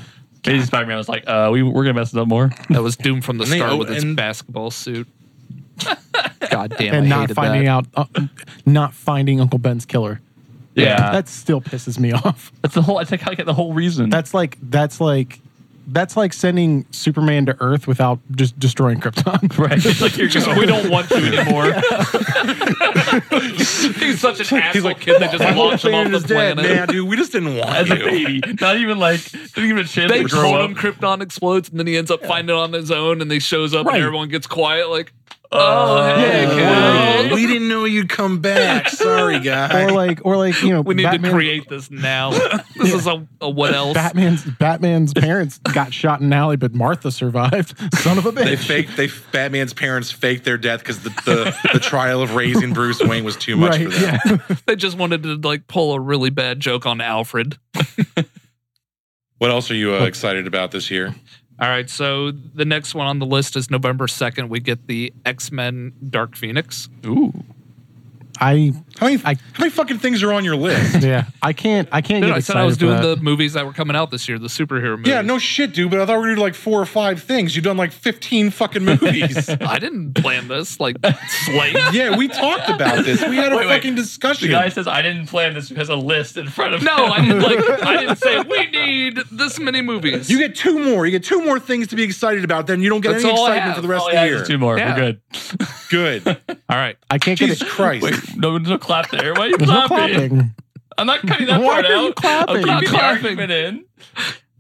Amazing Spider Man was like, uh, we we're gonna mess it up more. That was doomed from the And they start owe- with its oh, and- basketball suit. God damn, and I not hated finding that. out, uh, not finding Uncle Ben's killer. Yeah, that still pisses me off. that's the whole. I think I get the whole reason. That's like that's like that's like sending Superman to Earth without just destroying Krypton. right. It's like you're just, we don't want to anymore. He's such an asshole kid that just launched him off the planet. Nah, dude, we just didn't want As a you. baby, not even like didn't even a chance They to grow call him up. Krypton explodes, and then he ends up finding it on his own, and they shows up, Right. and everyone gets quiet, like, "Oh, hey, Oh, guys. we didn't know you'd come back. Sorry, guys. Or like or like you know we need Batman- to create this now. this is a, a what else? Batman's Batman's parents got shot in an alley, but Martha survived. Son of a They bitch. faked. They Batman's parents faked their death because the, the the trial of raising Bruce Wayne was too much for them. Yeah. They just wanted to like pull a really bad joke on Alfred." What else are you uh, excited about this year? All right, so the next one on the list is November 2nd. We get the X Men Dark Phoenix. Ooh, I How many I- how many fucking things are on your list? yeah. I can't I can't Dude, get I said excited I was for doing that. the movies that were coming out this year, the superhero movies. Yeah, no shit, dude. But I thought we were doing like four or five things. You've done like fifteen fucking movies. I didn't plan this. Like, Slate. yeah, we talked about this. We had a Wait, wait. fucking the discussion. guy says I didn't plan this. Has a list in front of No, him. I didn't like. I didn't say we need this many movies. you get two more. You get two more things to be excited about. Then you don't get That's any all I excitement have. for the rest Oh, of yeah, the year. just two more. Yeah. We're good. Good. All right. I can't get Jesus it. Christ. Wait, no, no clap there. Why are you There's no clapping? clapping. I'm not cutting that Why part are you out. clapping? I'm Not keeping the clapping. argument in.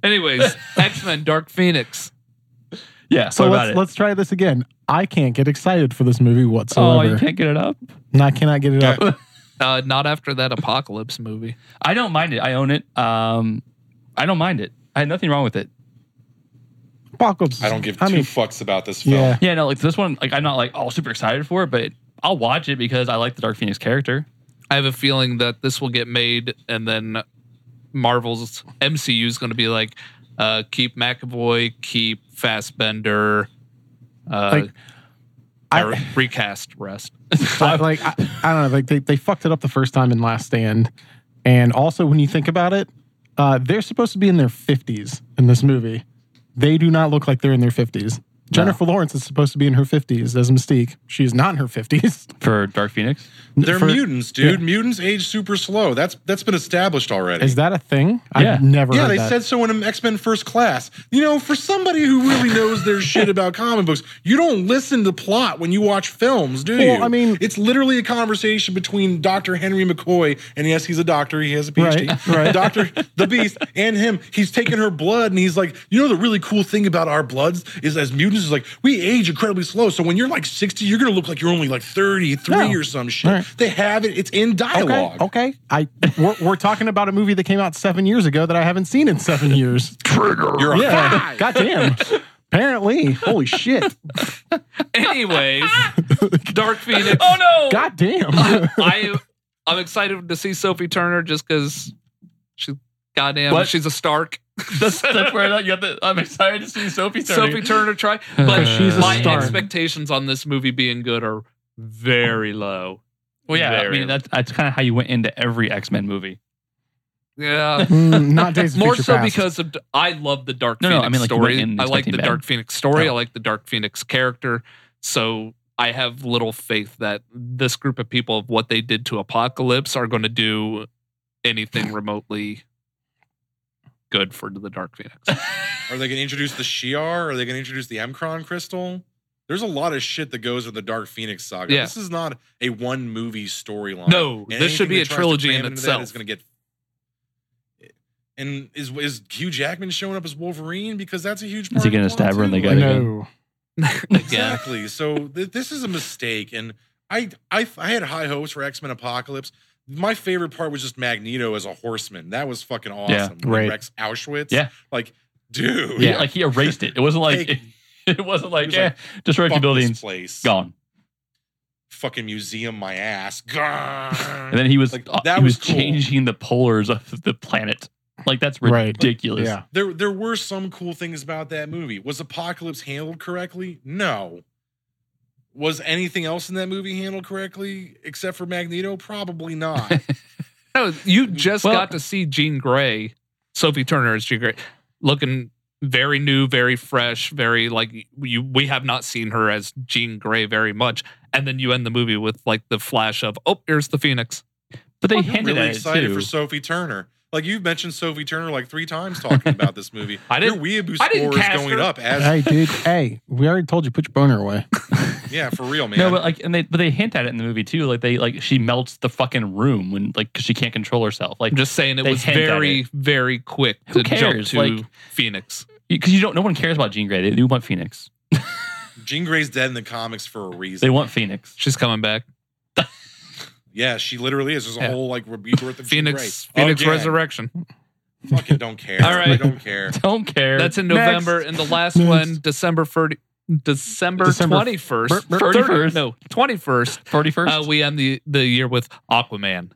Anyways, X Men Dark Phoenix. Yeah. So what let's let's try this again. I can't get excited for this movie Oh, whatsoever. you can't get it up. and I cannot get it up. Uh, not after that apocalypse movie. I don't mind it. I own it. Um, I don't mind it. I had nothing wrong with it. Apocalypse. I don't give I two mean, fucks about this film. yeah. Yeah, no, like this one, like I'm not like all super excited for it, but I'll watch it because I like the Dark Phoenix character. I have a feeling that this will get made, and then Marvel's MCU is going to be like, uh, keep McAvoy, keep Fassbender, uh, Like, or I- recast rest. I- like I, I don't know, like they, they fucked it up the first time in Last Stand, and also when you think about it, uh, they're supposed to be in their fifties in this movie. They do not look like they're in their fifties. Jennifer Lawrence is supposed to be in her fifties as Mystique. She is not in her fifties. For Dark Phoenix? They're For- mutants, dude. Mutants age super slow. That's that's been established already. Is that a thing? Yeah. I've never. yeah, heard they that. said so in X Men First Class. You know, for somebody who really knows their shit about comic books, you don't listen to plot when you watch films, do you? Well, I mean- it's literally a conversation between Dr. Henry McCoy, and yes, he's a doctor, he has a PhD. Right, right. Dr. the Beast and him. He's taking her blood, and he's like, you know, the really cool thing about our bloods is as mutants, is like, we age incredibly slow. So when you're like 60, you're going to look like you're only like 33 No. or some shit. All right. They have it, it's in dialogue. Okay, okay. I we're, we're talking about a movie that came out seven years ago that I haven't seen in seven years. You're a Yeah, goddamn. Apparently, holy shit, Anyways, Dark Phoenix. Oh No! goddamn. I I'm excited to see Sophie Turner just because she's goddamn What? she's a Stark. That's, that's where I thought you got the. I'm excited to see Sophie Turner. Sophie Turner try, but She's a my Stark. expectations on this movie being good are very low. Well, yeah, I Very- mean, that's, that's kind of how you went into every X Men movie. Yeah. Mm, not days of More Future so Past. because of I love the Dark No, no, Phoenix I mean, like, you story. went in I like the expecting bad. Dark Phoenix story. Oh. I like the Dark Phoenix character. So I have little faith that this group of people of what they did to Apocalypse are going to do anything remotely good for the Dark Phoenix. Are they going to introduce the Shi'ar? Are they going to introduce the Emkron crystal? There's a lot of shit that goes with the Dark Phoenix saga. Yeah. This is not a one movie storyline. No, And this anything should be that a tries to trilogy cram in into that itself. Is going to get. And is is Hugh Jackman showing up as Wolverine because that's a huge. Part Is he going to stab her in the gut? no. Again, Exactly. So th- this is a mistake, and I, I I had high hopes for X Men Apocalypse. My favorite part was just Magneto as a horseman. That was fucking awesome. Yeah, When he right. Rex Auschwitz. Yeah. Like, dude. Yeah, like he erased it. It wasn't like Take- it, wasn't like "Eh, was yeah, like, destroy Fuck the this buildings, place. gone. Fucking museum, my ass. Grrr. And then he was Like, uh, that he was, was cool. changing the polars of the planet. Like that's Right. ridiculous. Yeah. there there were some cool things about that movie. Was Apocalypse handled correctly? No. Was anything else in that movie handled correctly except for Magneto? Probably not. no, Oh, you just Well- got to see Jean Grey, Sophie Turner as Jean Grey, looking very new, very fresh, very like you. We have not seen her as Jean Grey very much, and then you end the movie with like the flash of oh, here's the Phoenix. But they I'm hinted really at excited it too. for Sophie Turner. Like you've mentioned Sophie Turner like three times talking about this movie. I didn't- Your weeaboo I didn't score is cast going her. up as hey, dude. Hey, we already told you put your boner away. yeah for real man. no, but like, and they but they hint at it in the movie too. Like they like she melts the fucking room when like 'cause she can't control herself. Like I'm just saying it They was hint at very, it. very quick Who to jump cares? to Like- Phoenix. because you don't, no one cares about Jean Grey. They, they want Phoenix. Jean Grey's dead in the comics for a reason. They want Phoenix. She's coming back. yeah, she literally is. There's a Yeah. whole like rebirth of Phoenix, Jean Grey. Oh, Phoenix Again. Resurrection. Fucking don't care. All right. I don't care. Don't care. That's in Next. November, and the last Next. one, December 30, December December twenty first, fir- fir- 31st. no twenty first. forty first. Uh, we end the the year with Aquaman.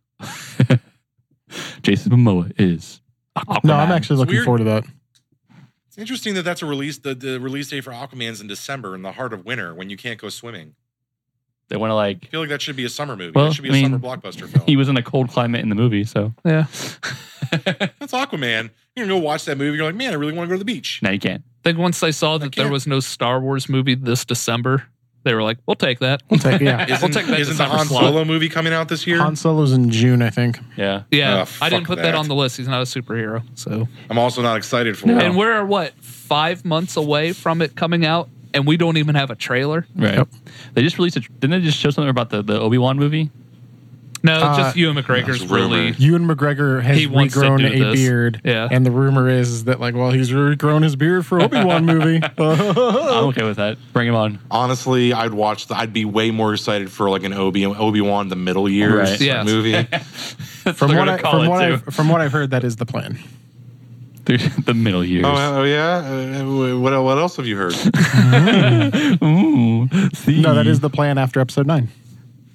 Jason Momoa is. Aquaman. No, I'm actually looking weird. forward to that. It's interesting that that's a release. The, the release date for Aquaman's in December in the heart of winter when you can't go swimming. They want to like. I feel like that should be a summer movie. Well, that should be I a summer mean, blockbuster film. He was in a cold climate in the movie, so Yeah, that's Aquaman. You're gonna go watch that movie. You're like, man, I really want to go to the beach. now you can't. I think once they saw that there can't- was no Star Wars movie this December, they were like, "We'll take that." We'll take yeah. Isn't, We'll take that isn't the December Han slot. Solo movie coming out this year? Han Solo's in June, I think. Yeah. Yeah, Ah, I didn't fuck put that. that. on the list. He's not a superhero, so I'm also not excited for it. and we're what five months away from it coming out, and we don't even have a trailer. Right. Yep. They just released a. Didn't they just show something about the, the Obi Wan movie? No, Uh, just you and McGregor's Ah, that's really. rumored. Ewan McGregor has He wants to regrown do a this. beard. Yeah. And the rumor is that like, well, he's regrown his beard for Obi Wan movie. I'm okay with that. Bring him on. Honestly, I'd watch. The, I'd be way more excited for like an Obi Obi Wan the Middle Years Right. Yeah. movie. from They're what gonna I call from it, what too. I've, from what I've heard, that is the plan. the the middle years. oh, oh, yeah. Uh, What what else have you heard? Ooh, see. No, that is the plan after episode nine.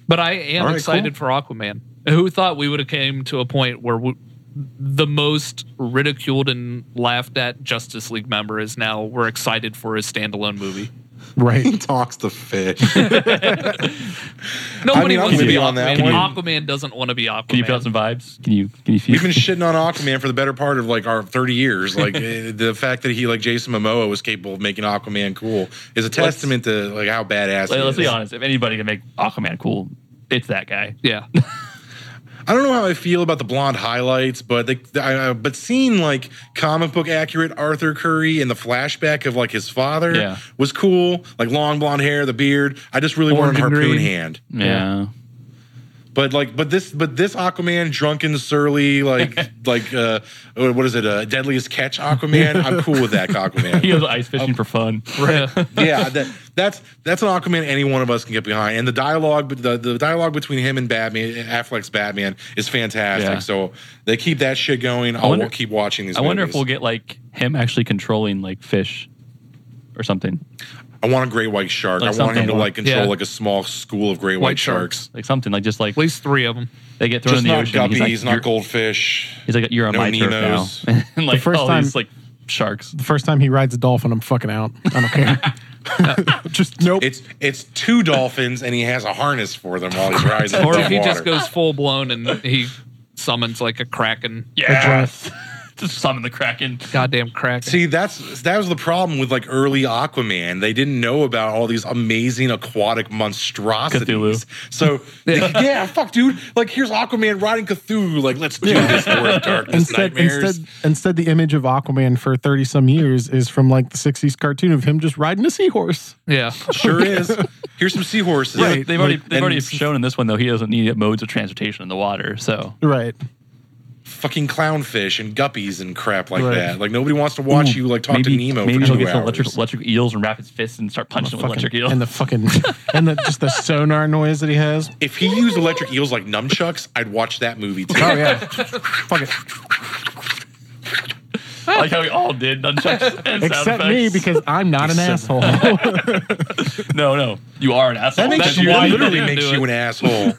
But I am All right, excited for Aquaman. Who thought we would have came to a point where we, the most ridiculed and laughed at Justice League member is now we're excited for his standalone movie. Right. he talks to fish. Nobody mean, I'm wants to with be you on on that that one. Aquaman doesn't want to be Aquaman. Can you feel some vibes? Can you can you feel? We've been shitting on Aquaman for the better part of like our 30 years. Like eh, the fact that he like Jason Momoa was capable of making Aquaman cool is a testament to like how badass. Like, he let's is. be honest. If anybody can make Aquaman cool, it's that guy. yeah. I don't know how I feel about the blonde highlights, but they, I, I- but seeing like comic book accurate Arthur Curry and the flashback of like his father Yeah. was cool. Like long blonde hair, the beard. I just really Orange wanted and harpoon green. hand. Yeah. But like, but this, but this Aquaman, drunken, surly, like, like, uh, what is it? Uh, deadliest catch Aquaman. I'm cool with that Aquaman. He goes ice fishing Oh. for fun. Right. yeah, that, that's that's an Aquaman any one of us can get behind. And the dialogue, the, the dialogue between him and Batman, Affleck's Batman, is fantastic. Yeah. So they keep that shit going. I'll wonder- keep watching these. I wonder if movies. we'll get like him actually controlling like fish or something, I want a great white shark. Like I want him something. to like control Yeah. like a small school of great white, White sharks. sharks. like something like just like At least three of them. they get thrown Just in the not ocean. and guppies, he's like, not you're, goldfish. he's like, you're on no my turf now. Nemos. and like first all time- these like sharks. The first time he rides a dolphin, I'm fucking out. I don't care. Just nope. It's it's two dolphins and he has a harness for them while he's riding. Or in if he water. just goes full blown and he summons like a kraken. Yes. Just summon the Kraken. Goddamn crack. See, that's that was the problem with like early Aquaman. They didn't know about all these amazing aquatic monstrosities. So like, yeah, fuck, dude. Like here's Aquaman riding Cthulhu. Like let's do this for a darkness Instead, nightmares. instead, instead, the image of Aquaman for 30 some years is from like the 60s cartoon of him just riding a seahorse. yeah. sure is. Here's some seahorses. Yeah, they've already Like, they've already and shown in this one though he doesn't need modes of transportation in the water. So Right. fucking clownfish and guppies and crap like Right. that. Like nobody wants to watch you like talk to Nemo maybe for he'll two get some hours. electric, electric eels and wrap his fists and start punching them with electric Fucking- eels. and the fucking, and the, just the sonar noise that he has. if he used electric eels like nunchucks, I'd watch that movie too. Oh, yeah. Fuck it. I like how we all did nunchucks and sound Except me effects. because I'm not an asshole. no, no, you are an asshole. That makes That's you why that you literally didn't makes do you it. an asshole.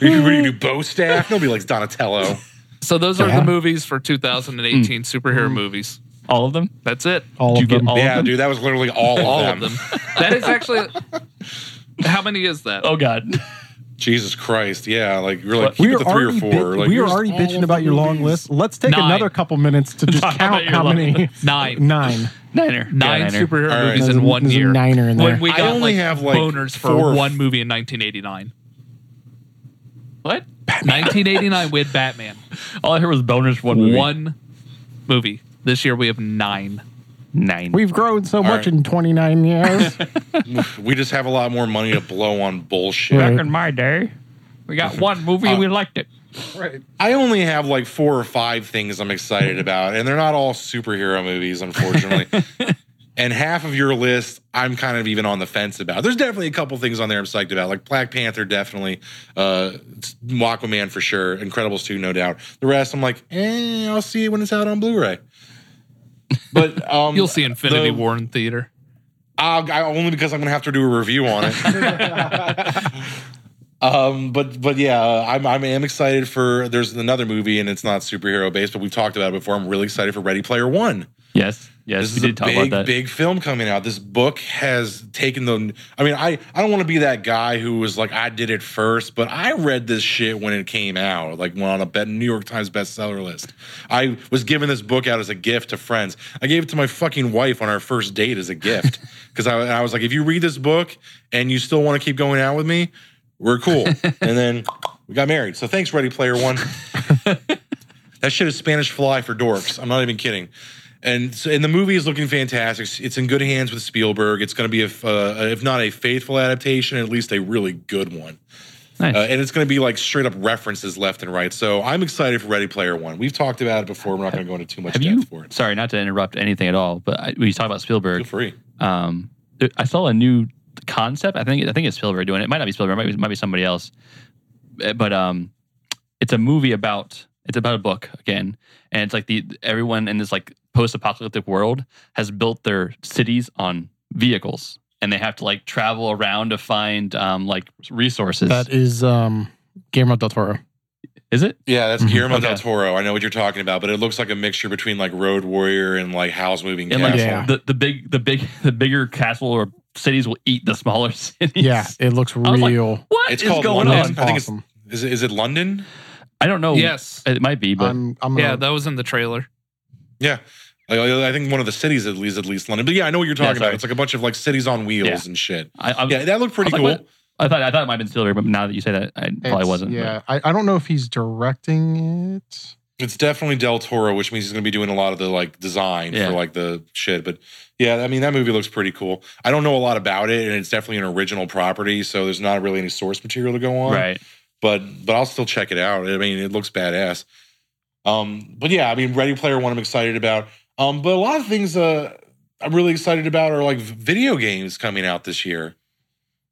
you can really do bow staff. Nobody likes Donatello. So those are Yeah. Hmm. the movies for 2018 superhero movies. all of them. That's it. All Did you of get them. all yeah, of them? dude, that was literally all of All them. of them. That is actually. How many is that? Oh god, Jesus Christ, yeah, like you're like We keep are it to three or already four. bit- like we are here's already all of bitching the about your long movies. list. Let's take Nine. another couple minutes to just Talk about count your how long many. Nine. Nine. niner, Nine Yeah, superhero All right. movies Uh, There's a- in one there's a year. niner in there. When we I got only like, have, like, boners four for or one movie in 1989. What? 1989 with Batman. All I heard was boners for one movie. One movie. This year we have nine. nine. We've grown so much right. in 29 years. We just have a lot more money to blow on bullshit. Right. in my day, we got one movie Uh, we liked it. I only have like four or five things I'm excited about, and they're not all superhero movies, unfortunately. and half of your list, I'm kind of even on the fence about. There's definitely a couple things on there I'm psyched about, like Black Panther, definitely, uh, Aquaman for sure, Incredibles 2, no doubt. The rest, I'm like, eh, I'll see it when it's out on Blu-ray. But um, You'll see Infinity the- War in theater. I'll, I, only because I'm gonna have to do a review on it. um, but but yeah, I'm I'm am excited for. There's another movie, and it's not superhero based, but we've talked about it before. I'm really excited for Ready Player One. Yes, yes, This we is a did talk about big that. big film coming out. This book has taken the. I mean, I I don't want to be that guy who was like I did it first, but I read this shit when it came out, like when on a bet- New York Times bestseller list. I was given this book out as a gift to friends. I gave it to my fucking wife on our first date as a gift because I, I was like, if you read this book and you still want to keep going out with me, we're cool. and then we got married. So thanks, Ready Player One. That shit is Spanish fly for dorks. I'm not even kidding. And so, and the movie is looking fantastic. It's in good hands with Spielberg. It's going to be, a, f- uh, if not a faithful adaptation, at least a really good one. Nice. Uh, and it's going to be like straight up references left and right. So I'm excited for Ready Player One. We've talked about it before. We're not going to go into too much Have depth you? for it. Sorry, not to interrupt anything at all, but I, when you talk about Feel Spielberg, free. um, there- I saw a new concept. I think I think it's Spielberg doing it. It might not be Spielberg. It might be, it might be somebody else. Uh, But um, it's a movie about it's about a book again, and it's like the everyone in this like post-apocalyptic world has built their cities on vehicles, and they have to like travel around to find um like resources. that is um, Guillermo del Toro. Is it? Yeah, that's Mhm. Guillermo del Mm-hmm. Okay. Toro. I know what you're talking about, but it looks like a mixture between like Road Warrior and like House Moving And Castle. like Yeah. the, the big the big the bigger castle or cities will eat the smaller cities. Yeah, it looks was like, real. What It's is called going London. on? I think it's- awesome. Is, it, is it London? I don't know. Yes. It might be, Um, but I'm, I'm Yeah, yeah, that was in the trailer. Yeah. I, I think one of the cities at least, at least London. But yeah, I know what you're Yeah, talking about. sorry. It's like a bunch of like cities on wheels Yeah. and shit. I, I, Yeah, that looked pretty I cool. was like, I thought I thought it might have been Spielberg, but now that you say that, I probably wasn't. but- Yeah, I, I don't know if he's directing it. It's definitely Del Toro, which means he's going to be doing a lot of the like design Yeah. for like the shit. But yeah, I mean that movie looks pretty cool. I don't know a lot about it, and it's definitely an original property, so there's not really any source material to go on. Right. But but I'll still check it out. I mean, it looks badass. Um, but yeah, I mean, Ready Player One, I'm excited about. Um, but a lot of things uh, I'm really excited about are like video games coming out this year.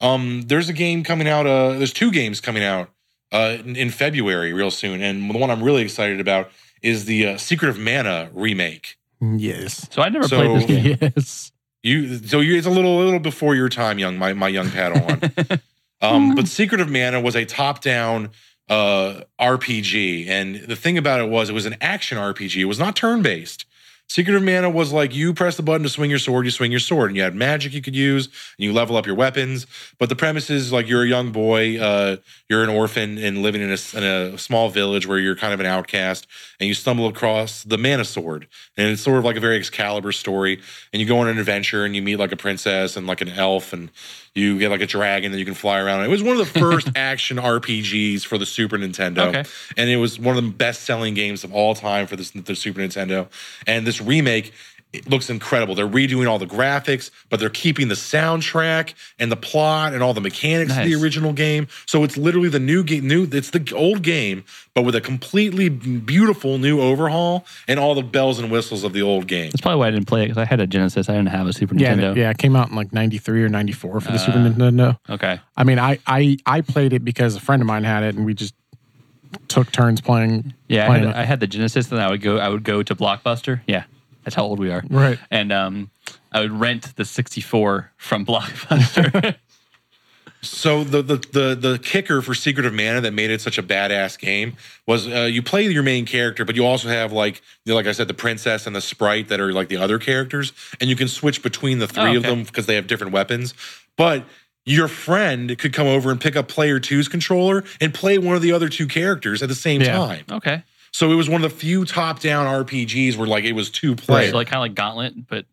Um, there's a game coming out. Uh, there's two games coming out uh, in, in February, real soon. And the one I'm really excited about is the uh, Secret of Mana remake. Yes. So I never So- played this game. Yes. You so you, it's a little little before your time, young my my young Padawan. um, but Secret of Mana was a top down uh, RPG, and the thing about it was it was an action RPG. It was not turn based. Secret of Mana was like you press the button to swing your sword, you swing your sword, and you had magic you could use, and you level up your weapons. But the premise is like you're a young boy, uh, you're an orphan, and living in a, s- in a small village where you're kind of an outcast, and you stumble across the Mana Sword, and it's sort of like a very Excalibur story. And you go on an adventure, and you meet like a princess and like an elf, and you get like a dragon that you can fly around. It was one of the first action RPGs for the Super Nintendo Okay. and it was one of the best-selling games of all time for this the Super Nintendo. And this remake it looks incredible. They're redoing all the graphics, but they're keeping the soundtrack and the plot and all the mechanics of Nice. the original game. So it's literally the new game. New, it's the old game, but with a completely beautiful new overhaul and all the bells and whistles of the old game. That's probably why I didn't play it because I had a Genesis. I didn't have a Super Yeah, Nintendo. yeah, it came out in like 93 or 94 for the Super Uh, Nintendo. Okay. I mean, I, I I played it because a friend of mine had it and we just took turns playing. Yeah, I playing had, it. I had the Genesis, and I would go. I would go to Blockbuster. Yeah, that's how old we are. Right. And um, I would rent the 64 from Blockbuster. So the, the the the kicker for Secret of Mana that made it such a badass game was uh, you play your main character, but you also have like you know, like I said, the princess and the sprite that are like the other characters, and you can switch between the three of okay. them because they have different weapons. But your friend could come over and pick up player two's controller and play one of the other two characters at the same Yeah. time. okay. So it was one of the few top-down RPGs where like it was two Right. player. So like kind of like Gauntlet, but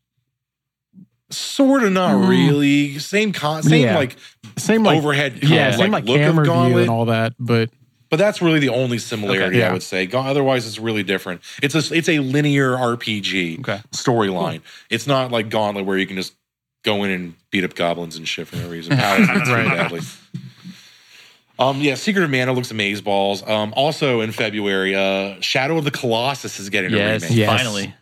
sort of not really. Same con same Yeah. like, Same like overhead yeah, con- same like, look of camera view Gauntlet. and all that, but But that's really the only similarity Okay. Yeah. I would say. Go- Otherwise, it's really different. It's a it's a linear RPG Okay. storyline. It's not like Gauntlet where you can just go in and beat up goblins and shit for no reason. Paladins do it Right. badly. Um, yeah, Secret of Mana looks amazeballs. balls. Um, also in February, uh, Shadow of the Colossus is getting a yes, remake. Yes. finally.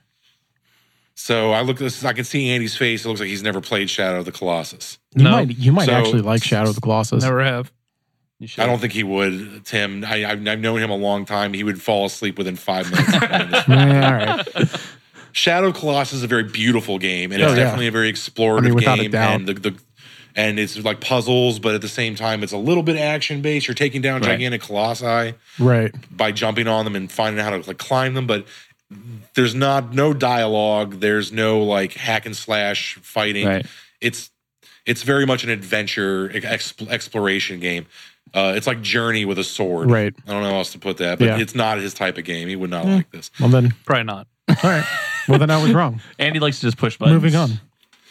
So I look, this I can see Andy's face. It looks like he's never played Shadow of the Colossus. you No. might you might So- actually like Shadow of the Colossus. Never have. You should. I don't think he would, Tim. I, I've, I've known him a long time. He would fall asleep within five minutes. of playing this Yeah, all right. Shadow Colossus is a very beautiful game, and Oh, it's yeah. definitely a very explorative I mean, without a game. doubt. And the, the and it's like puzzles, but at the same time, it's a little bit action based. You're taking down Right. gigantic colossi Right. by jumping on them and finding out how to like climb them, but there's not no dialogue. There's no like hack and slash fighting. Right. It's it's very much an adventure exp- exploration game. Uh, it's like Journey with a sword. Right. I don't know how else to put that, but Yeah. it's not his type of game. He would not like this. Well then Probably not. all right. Well then I was wrong. Andy likes to just push buttons. Moving on.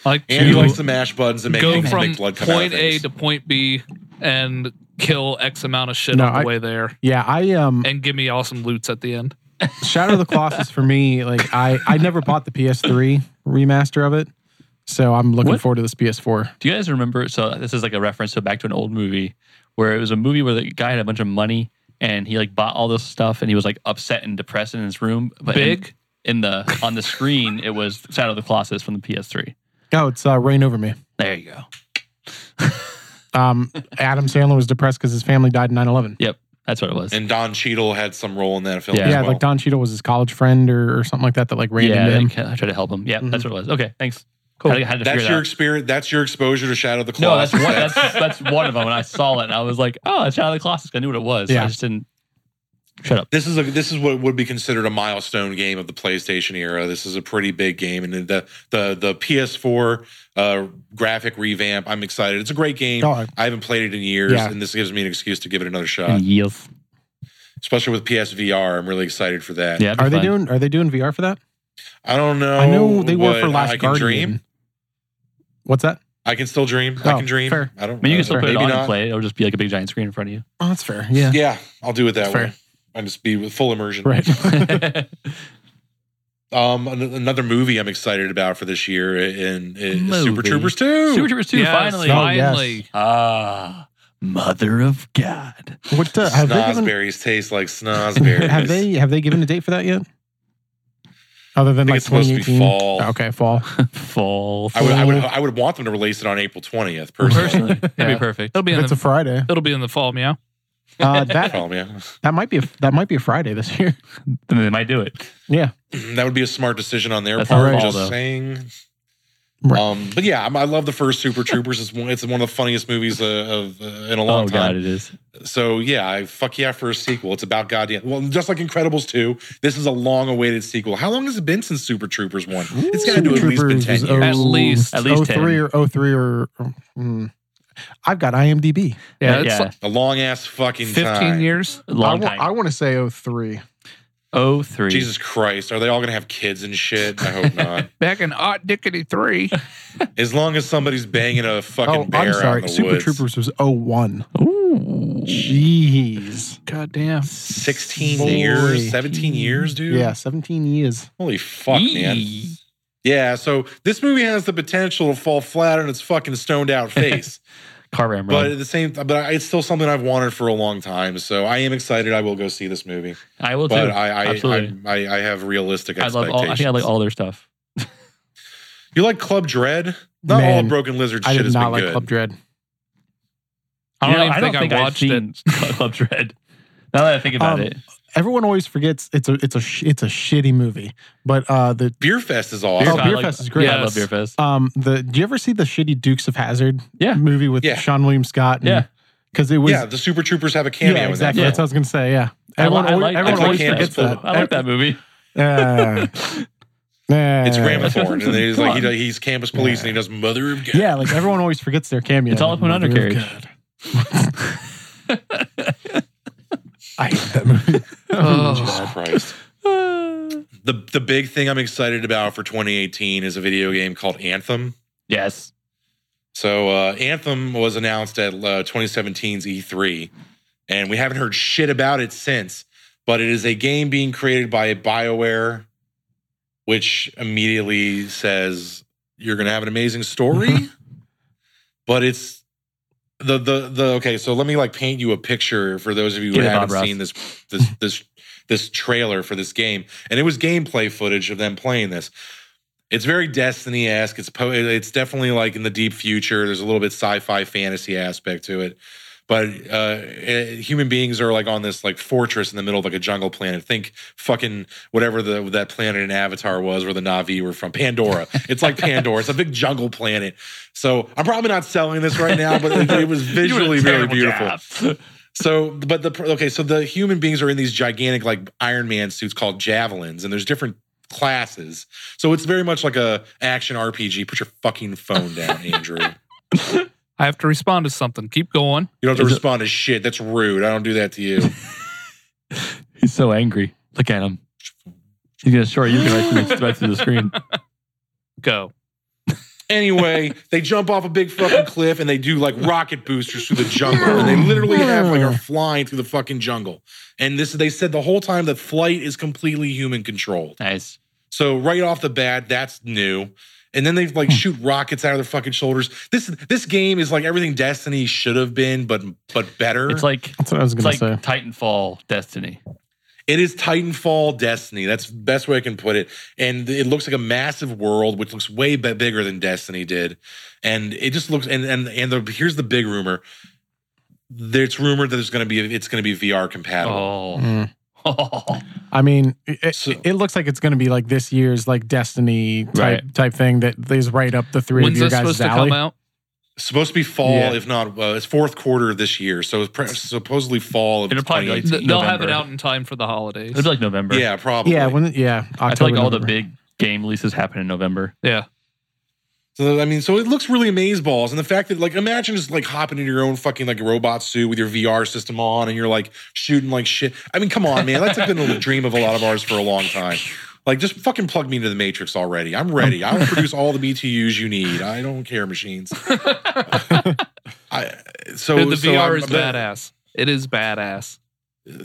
I like Andy to likes to mash buttons and make go things from make blood come point out of A things. to point B and kill X amount of shit No, on the I- way there Yeah, I um and give me awesome loots at the end. Shadow of the Colossus for me, like I I never bought the PS3 remaster of it. So I'm looking What? forward to this PS4. Do you guys remember? So this is like a reference to back to an old movie where it was a movie where the guy had a bunch of money and he like bought all this stuff and he was like upset and depressed in his room. But in- Big? in, the on the screen, it was Shadow of the Colossus from the PS3. Oh, it's uh, Rain Over Me. There you go. Um, Adam Sandler was depressed because his family died in 9 11. Yep, that's what it was. And Don Cheadle had some role in that film. Yeah. as Yeah, well. like Don Cheadle was his college friend or, or something like that that like ran yeah, into him. like, I tried to help him. Yeah, that's what it was. Okay, thanks. Cool. I had to that's figure your that out. experience. That's your exposure to Shadow of the No, that's Colossus. one. That's that's one of them. And I saw it, and I was like, "Oh, it's Shadow of the Colossus." I knew what it was. Yeah. I just didn't. Shut up. this is a this is what would be considered a milestone game of the PlayStation era. This is a pretty big game, and the the the PS4 uh, graphic revamp. I'm excited. It's a great game. Oh, I haven't played it in years, Yeah. and this gives me an excuse to give it another shot. And yields. Especially with PSVR, I'm really excited for that. Yeah, it'd be are they fun. doing are they doing VR for that? I don't know. I know they were Oh, what for Last I can Guardian. Dream. What's that? I can still dream. I Oh, can dream. fair. I don't. I mean, you uh, can still put it maybe on not. and play it. It'll just be like a big giant screen in front of you. Oh, that's fair. Yeah. Yeah, I'll do it that That's way. fair. I just be with full immersion. Right. Um, an- another movie I'm excited about for this year in, in is Movie. Super Troopers 2. Super Troopers 2, Yes, finally. Oh, yes. finally. Ah, mother of God. What uh, have they given, Snozberries taste like snozberries. have they have they given a date for that yet? Other I than think like Oh, it's supposed to 2018. be fall. Okay, fall. Fall. I would, I would, I would want them to release it on April 20th. Personally, Personally, that'd Yeah. be perfect. It'll be in It's the, a Friday. it'll be in the fall, meow. Uh, that Problem, yeah. that might be a, that might be a Friday this year. Then they might do it. Yeah. That would be a smart decision on their That's part. not just fall, though. saying. Right. Um, but yeah, I'm- I love the first Super Troopers. It's one, it's one of the funniest movies uh, of uh, in a long Oh time. god, it is. So yeah, I fuck yeah for a sequel. It's about goddamn well, just like Incredibles two. This is a long awaited sequel. How long has it been since Super Troopers one? It's got to do at least been ten years. At least- at least 03 or 03 or. mm. I've got IMDb. Yeah, Uh, it's yeah. like A long ass fucking 15 time. years. Long I, time. want to say 03. oh three. Jesus Christ, are they all gonna have kids and shit? I hope not. Back in Art Dickety 3. as long as somebody's banging a fucking Oh, bear I'm out in sorry. the Super woods. Troopers was 01. Ooh. Jeez. God damn. Sixteen Holy. years, seventeen years, dude. Yeah, 17 years. Holy fuck, man. Yee. Yeah, so this movie has the potential to fall flat on its fucking stoned out face. Car ram but run. at the same but it's still something I've wanted for a long time. So I am excited I will go see this movie. I will too. But I I, I, Absolutely. I I have realistic I love expectations. all. I think I like all their stuff. you like Club Dread? Not all Man, of Broken Lizard I shit did has not been like good. Club Dread. I You don't know, even I don't think, think I I've watched seen it. Club Dread. Now that I think about Um, it, Everyone always forgets it's a it's a sh- it's a shitty movie. But uh the Beer Fest is oh, Beer awesome. Fest. I like- is great. Yeah, I Yes. love Beer Fest. um the do you ever see the shitty Dukes of Hazard Yeah. movie with Yeah. Sean William Scott? Yeah. Because it was yeah, the Super Troopers have a cameo yeah, exactly. in that. That's what I was gonna say. Yeah, I, li- everyone, I always- like. everyone I like always Club Dread. that. forgets that. I like that movie. Uh, uh, It's Ramathorn, and he's Come like he, on. does- he's campus police, and he does Mother of God. Yeah, like everyone always forgets their cameo. It's all up in Mother of undercarriage. God. I hate that movie. Oh, Jesus Christ. The the big thing I'm excited about for 2018 is a video game called Anthem. yes. So uh, Anthem was announced at uh, 2017's E3, and we haven't heard shit about it since. But it is a game being created by Bioware, which immediately says you're going to have an amazing story. but it's the the the okay. So let me like paint you a picture for those of you who Get it, Bob haven't Ross. seen this this this this trailer for this game, and it was gameplay footage of them playing this. It's very Destiny esque. It's po- it's definitely like in the deep future. There's a little bit sci fi fantasy aspect to it, but uh, eh, human beings are like on this like fortress in the middle of like a jungle planet. Think fucking whatever the that planet in Avatar was, where the Navi were from, Pandora. It's like Pandora. it's a big jungle planet. So I'm probably not selling this right now, but it, it was visually really beautiful. So, but the okay, so the human beings are in these gigantic like Iron Man suits called javelins, and there's different classes. So it's very much like a action RPG. Put your fucking phone down, Andrew. You I have to respond to something. Keep going. don't have to Is it- respond to shit. That's rude. I don't do that to you. He's so angry. Look at him. He's gonna short you right through, the- right through the screen. Go. Anyway, they jump off a big fucking cliff and they do like rocket boosters through the jungle. And they literally have like are flying through the fucking jungle. And this they said the whole time that flight is completely human controlled. Nice. So right off the bat, that's new. And then they Hmm. like shoot rockets out of their fucking shoulders. This this game is like everything Destiny should have been, but but better. It's like That's what I was it's gonna like say. Titanfall Destiny. It is Titanfall Destiny. That's the best way I can put it. And it looks like a massive world, which looks way b- bigger than Destiny did. And it just looks and and and the, here's the big rumor. There's rumored that there's going to be it's going to be VR compatible. Oh. Mm. I mean, it, So- it looks like it's gonna be like this year's like Destiny type Right. type thing that is right up the three When's of your this guys' supposed to alley. come out? Supposed to be fall, Yeah. if not uh, it's fourth quarter of this year. So it's pre- supposedly fall of It'll probably be like 2018. Th- They'll have it November. out in time for the holidays. It'll be like November. Yeah, probably. Yeah, when yeah, October, I feel like all the November. big game releases happen in November. Yeah. So I mean, so it looks really amazeballs, and the fact that like imagine just like hopping into your own fucking like robot suit with your VR system on, and you're like shooting like shit. I mean, come on, man, that's like, been a dream of a lot of ours for a long time. Like, just fucking plug me into the matrix already. I'm ready. I'll produce all the BTUs you need. I don't care, machines. I so Dude, the so VR I'm- is but- badass. It is badass.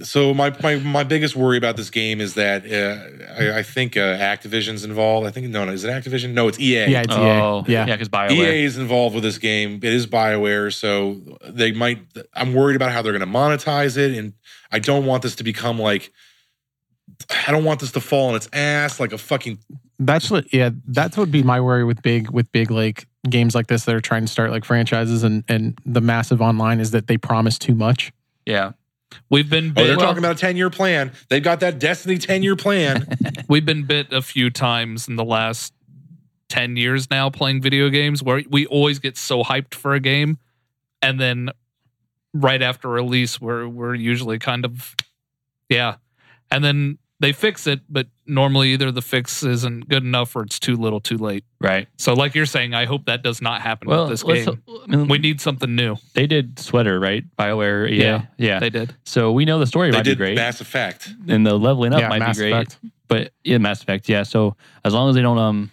so my, my my biggest worry about this game is that uh, I, I think uh, Activision's involved. I think no, no, is it Activision? No, it's E EA. yeah, it's Oh, EA. yeah. yeah, because EA BioWare. E is involved with this game. It is BioWare, so they might. I'm worried about how they're going to monetize it, and I don't want this to become like. I don't want this to fall on its ass like a fucking. oh, That's what yeah, that's what would be my worry with big with big like games like this that are trying to start like franchises and and the massive online is that they promise too much. Yeah, We've been Oh, bit, they're talking about a ten year plan. They've got that Destiny ten year plan. we've been bit a few times in the last 10 years now playing video games where we always get so hyped for a game and then right after release we're we're usually kind of yeah and then they fix it but normally either the fix isn't good enough or it's too little too late right? so like you're saying i hope that does not happen Well, with this let's- game I mean, we need something new they did Sweater, right? Bioware, yeah, yeah. they did so we know the story They might be did great, Mass Effect. and the leveling up yeah, might Mass be great. Effect. but yeah, Mass Effect, yeah. So as long as they don't um,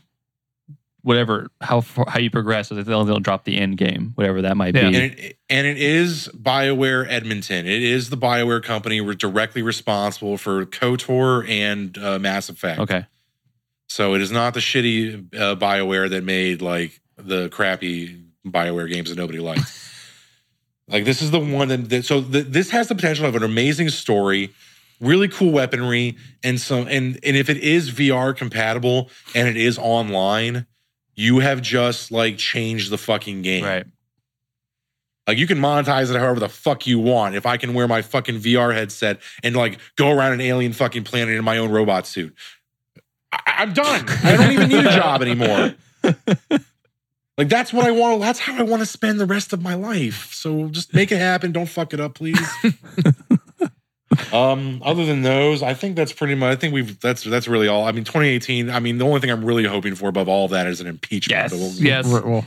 whatever how far, how you progress, as long as they don't drop the end game, whatever that might Yeah. be. And it, and it is BioWare Edmonton. It is the BioWare company. We're directly responsible for KOTOR and uh, Mass Effect. Okay, So it is not the shitty uh, BioWare that made like the crappy BioWare games that nobody liked. like this is the one that, that so th- this has the potential of an amazing story, really cool weaponry, and some and and if it is VR compatible and it is online, you have just like changed the fucking game. right. Like you can monetize it however the fuck you want. If I can wear my fucking VR headset and like go around an alien fucking planet in my own robot suit, I- I'm done. I don't even need a job anymore. Like that's what I want. That's how I want to spend the rest of my life. So just make it happen. Don't fuck it up, please. um. Other than those, I think that's pretty much. I think we've. That's that's really all. I mean, 2018. I mean, the only thing I'm really hoping for above all that is an Yes. impeachment. But we'll- yes We're- Well,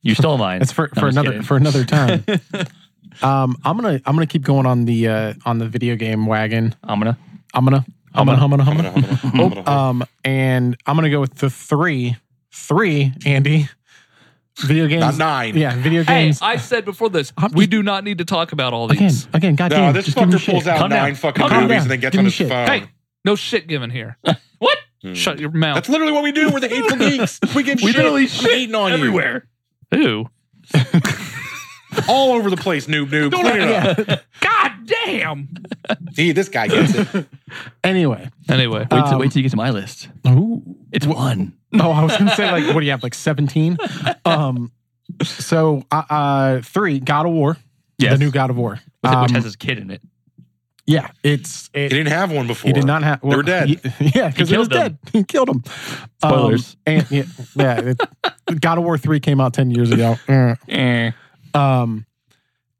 You stole mine. it's for, I'm for just another kidding. for another time. um, I'm gonna I'm gonna keep going on the uh, on the video game wagon. I'm gonna. I'm gonna I'm gonna I'm gonna I'm I'm gonna- gonna. I'm gonna- I'm gonna- Um, and I'm gonna go with the three three Andy video games. Not nine. Yeah, video hey games. uh, i said before this I'm we just- do not need to talk about all again, these again, goddamn. No, this just give me fucker shit. pulls out Calm down. nine fucking Calm movies down. and then gets Give on me his shit. phone. Hmm. hey no shit given here What? shut your mouth That's literally what we do. We're the hateful geeks. We give shit. I'm hating on everywhere. Ew. you all over the place. Noob, noob. Clean it up. God damn. See, this guy gets it. Anyway. Anyway, Wait, till, Um, wait till you get to my list. Ooh. It's one. Oh, I was gonna say like, what do you have? Like seventeen. Um, so uh, uh three God of War, Yes. the new God of War. Which- which Um, has his kid in it. yeah, it's He it, didn't have one before. He did not have. were dead. he- yeah, because he, killed was them. dead. He killed him. Spoilers. and yeah, yeah it- God of War three came out ten years ago. Eh. um,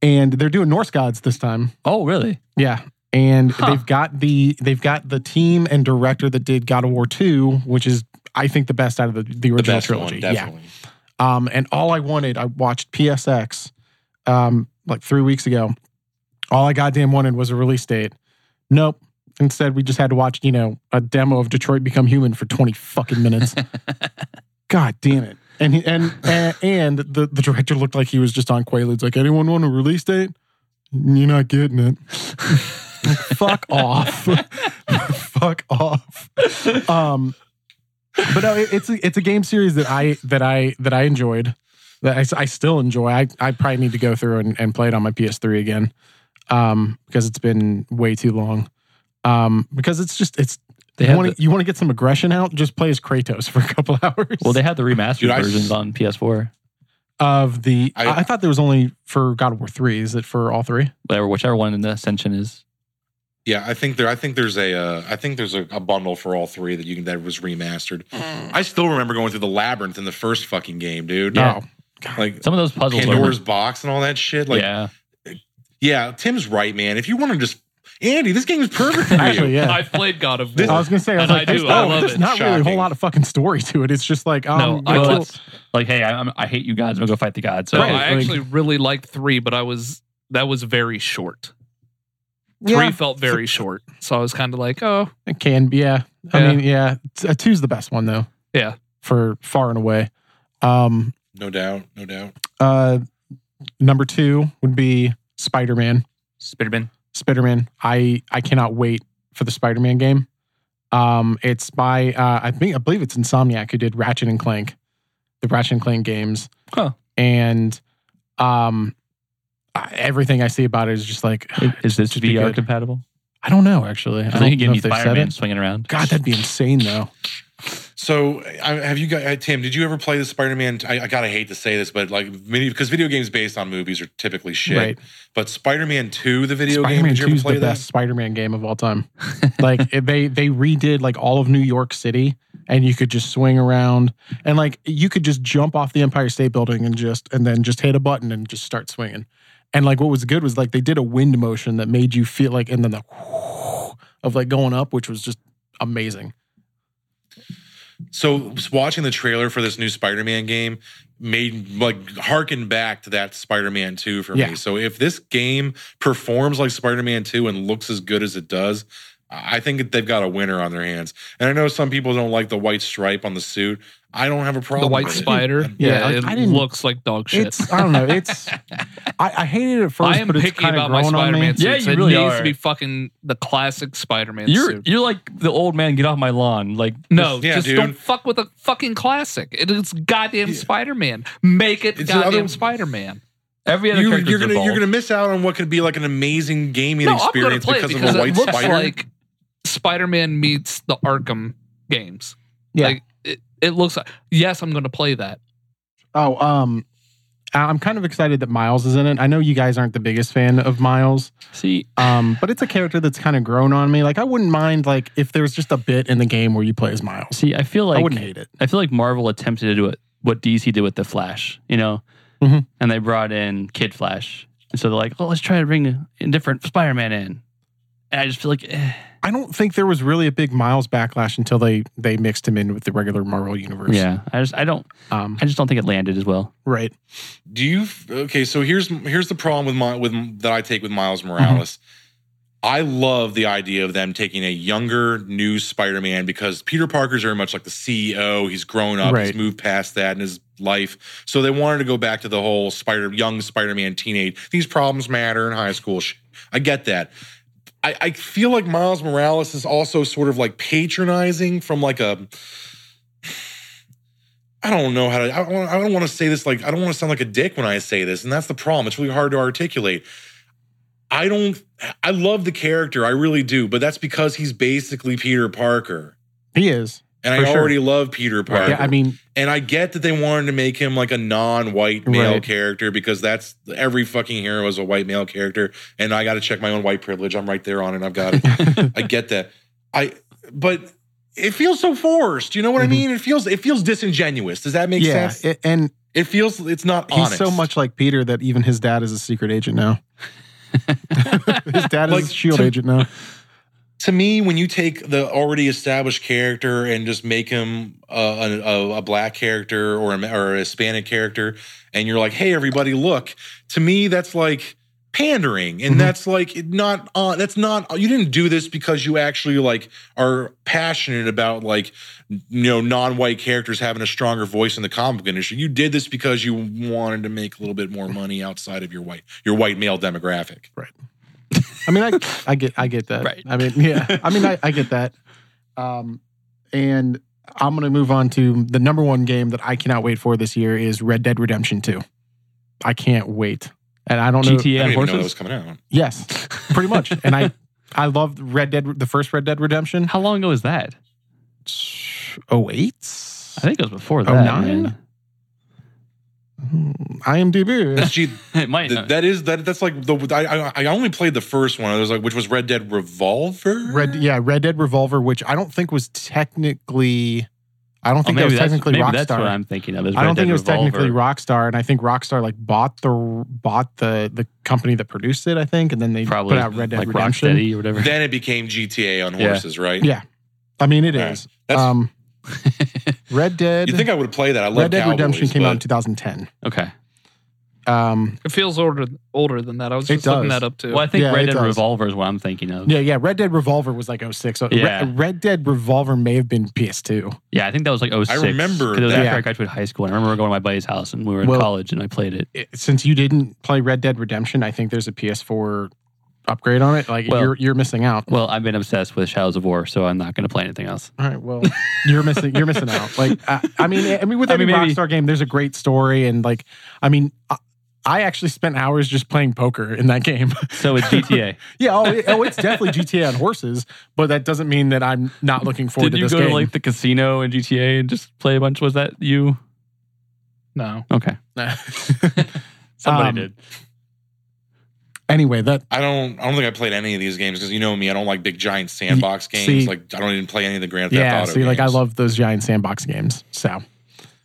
and they're doing Norse gods this time. Oh, really? Yeah, and Huh. they've got the they've got the team and director that did God of War two, which is I think the best out of the, the The original best trilogy. one, yeah. definitely. Um, and all I wanted, I watched PSX um, like three weeks ago. All I goddamn wanted was a release date. Nope. Instead, we just had to watch, you know, a demo of Detroit Become Human for 20 fucking minutes. God damn it. And he, and and, and the, the director looked like he was just on Quaaludes. Like, anyone want a release date? You're not getting it. Fuck off. Fuck off. Um, but no, it, it's a, it's a game series that I that I that I enjoyed that I, s- I still enjoy. I, I probably need to go through and, and play it on my PS3 again um, because it's been way too long. Um, because it's just it's They you have want to the- you want to get some aggression out, just play as Kratos for a couple hours. Well, they have the remastered Dude, I- versions on PS4, of the I, I- I thought there was only for God of War three. Is it for all three? whatever, whichever one in the Ascension is. Yeah, I think there. I think there's a. Uh, I think there's a, a bundle for all three that you can, that was remastered. I still remember going through the labyrinth in the first fucking game, dude. Yeah. Oh, Like Some of those puzzles are. Pandora's box and all that shit. Like, yeah. yeah. Tim's right, man. If you want to just, Andy, this game is perfect for you. actually, yeah. I've played God of I War. was gonna say, I was And like, I do, there's, I no- love there's it. not really a whole Shocking. lot of fucking story to it. It's just like, um, No, I you Well, kill- love that's like, hey, I, I'm, I hate you gods. I'm gonna go fight the gods. So No, Right, I like- actually really liked three, but I was that was very short. Three felt very short, so I was kind of like, oh, It can be, yeah. I Yeah. mean, yeah. T- uh, Two's the best one though. Yeah. For far and away. Um No doubt. No doubt. uh number two would be Spider Man. Spiderman. Spider Man. I I cannot wait for the Spider Man game. Um it's by uh I think I believe it's Insomniac who did Ratchet and Clank, the Ratchet and Clank games. Huh. And um I- everything I see about it is just like Is this Should be VR good. compatible? I don't know actually. I Because they don't can give know me if they've said Spider Man it. swinging around. God, that'd be insane though. So, I, have you got uh, Tim? Did you ever play the Spider-Man? I, I gotta hate to say this, but like many because video games based on movies are typically shit. Right. But Spider-Man Two, the video game, Spider-Man did you ever is play the that? best Spider-Man game of all time. like it- they they redid like all of New York City and you could just swing around and like you could just jump off the Empire State Building and just and then just hit a button and just start swinging. And like what was good was like they did a wind motion that made you feel like and then the of like going up, which was just amazing. So s- watching the trailer for this new Spider-Man game made like harken back to that Spider-Man 2 for Yeah. me. So if this game performs like Spider-Man 2 and looks as good as it does, I I think that they've got a winner on their hands. And I know some people don't like the white stripe on the suit. I don't have a The problem. white with it. spider. Yeah, Yeah, I- it I didn't- looks like dog shit. It's I don't know. It's I, I hated it at first, I am but it's picky kind of about my grown on me. Spider-Man suits. Yeah, you it really needs to are. be fucking the classic Spider-Man You're suit. you're like the old man. Get off my lawn. Like No, Yeah, just dude. don't fuck with a fucking classic. It is goddamn Spider-Man. Make it It's the goddamn other- Spider-Man. every other You, character. you're gonna you're gonna miss out on what could be like an amazing gaming No, I'm gonna experience play it because, because of a white it looks spider. like Spider-Man meets the Arkham games. Yeah. Like, it, it looks. Yes, I'm gonna play that. Oh, um, I- I'm kind of excited that Miles is in it. I know you guys aren't the biggest fan of Miles, see. um, but it's a character that's kind of grown on me. Like I wouldn't mind like if there was just a bit in the game where you play as Miles. See, I feel like I wouldn't hate it. I feel like Marvel attempted to do it, what DC did with the Flash, you know, Mhm. and they brought in Kid Flash, and so they're like, "Oh, let's try to bring a a different Spider-Man in." And I just feel like, eh. I don't think there was really a big Miles backlash until they they mixed him in with the regular Marvel universe. yeah, I just I don't Um, I just don't think it landed as well. right. Do you f- okay? So here's here's the problem with my with that I take with Mm-hmm. Miles Morales. I love the idea of them taking a younger, new Spider-Man because Peter Parker's very much like the CEO. He's grown up. Right. He's moved past that in his life. So they wanted to go back to the whole Spider, young Spider-Man, teenage. These problems matter in high school. sh- I get that. I, I feel like Miles Morales is also sort of like patronizing from like a. I don't know how to. I don't, I don't want to say this like I don't want to sound like a dick when I say this, and that's the problem. It's really hard to articulate. I don't. I love the character, I really do, but that's because he's basically Peter Parker, He is. and For I sure. already love Peter Parker. Yeah, I mean, And I get that they wanted to make him like a non-white male Right. character because that's every fucking hero is a white male character. And I got to check my own white privilege. I'm right there on it. I've got it. I get that. I but it feels so forced. You know what Mhm. I mean? It feels it feels disingenuous. Does that make yeah, sense? It, it- and feels it's not he's honest. so much like Peter that even his dad is a secret agent now. his dad Like, is a shield to- agent now. to me when you take the already established character and just make him a, a, a- a black character or a, or a Hispanic character, and you're like, "Hey, everybody, look!" To me, that's like pandering, and Mhm. that's like not. Uh, that's not. You didn't do this because you actually like are passionate about like you know non-white characters having a stronger voice in the comic book industry. You did this because you wanted to make a little bit more money outside of your white your white male demographic. I mean, I, I get, I get that. Right. I mean, yeah. I mean, I, I get that. Um, and I'm gonna move on to the number one game that I cannot wait for this year is Red Dead Redemption Two. I can't wait, and I don't know. GTA I and didn't even know that horses. was coming out. Yes, pretty much. and I, I loved Red Dead, the first Red Dead Redemption. How long ago was that? Oh eight. I think it was before Oh, that. nine? man. Hmm, IMDb. That's G- It might. Th- not. that is that. That's like the I, I I only played the first one. It was like which was Red Dead Revolver. Red, yeah, Red Dead Revolver, which I don't think was technically. I don't Oh, think that maybe was that's- technically maybe Rockstar. That's what I'm thinking of. is I don't Red think Dead it was Revolver. technically Rockstar, and I think Rockstar like bought the bought the the company that produced it, I think, and then they Probably put out Red Dead like Redemption. Rocksteady or whatever. Then it became GTA on Yeah. horses, right? Yeah, I mean it is. All right. That's- Um, Red Dead. You think I would play that? I love Red Dead Cowboys, Redemption came but out in 2010. okay. Um, It feels older older than that. I was It just looking does. that up too. Well, I think Yeah, Red it Dead does. Revolver is what I'm thinking of. Yeah. yeah, yeah. Red Dead Revolver was like 06. So Re- Yeah. Red, Dead Revolver may have been PS2. I think that was like 06. remember 'cause It was that. after Yeah. I graduated high school. And I remember going to my buddy's house and we were in Well- college and I played it. It- since you didn't play Red Dead Redemption, I think there's a PS4 upgrade on it. Like Well- you're you're missing out. Well, I've been obsessed with Shadows of War, so I'm not going to play anything else. All right. Well, you're missing you're missing out. Like I, I mean, I mean, with I every mean, maybe- Rockstar game, there's a great story, and like, I mean, I, I actually spent hours just playing poker in that game. So it's GTA. yeah. Oh, it- oh, it's definitely GTA on horses, but that doesn't mean that I'm not looking forward Did to you this go game. to like the casino in GTA and just play a bunch? Was that you? no. Okay. Nah. Somebody Um, did. Anyway, that I don't. I don't think I played any of these games because you know me. I don't like big giant sandbox Y- games. see- like I don't even play any of the Grand Theft yeah. Auto. See, like I games. love those giant sandbox games. So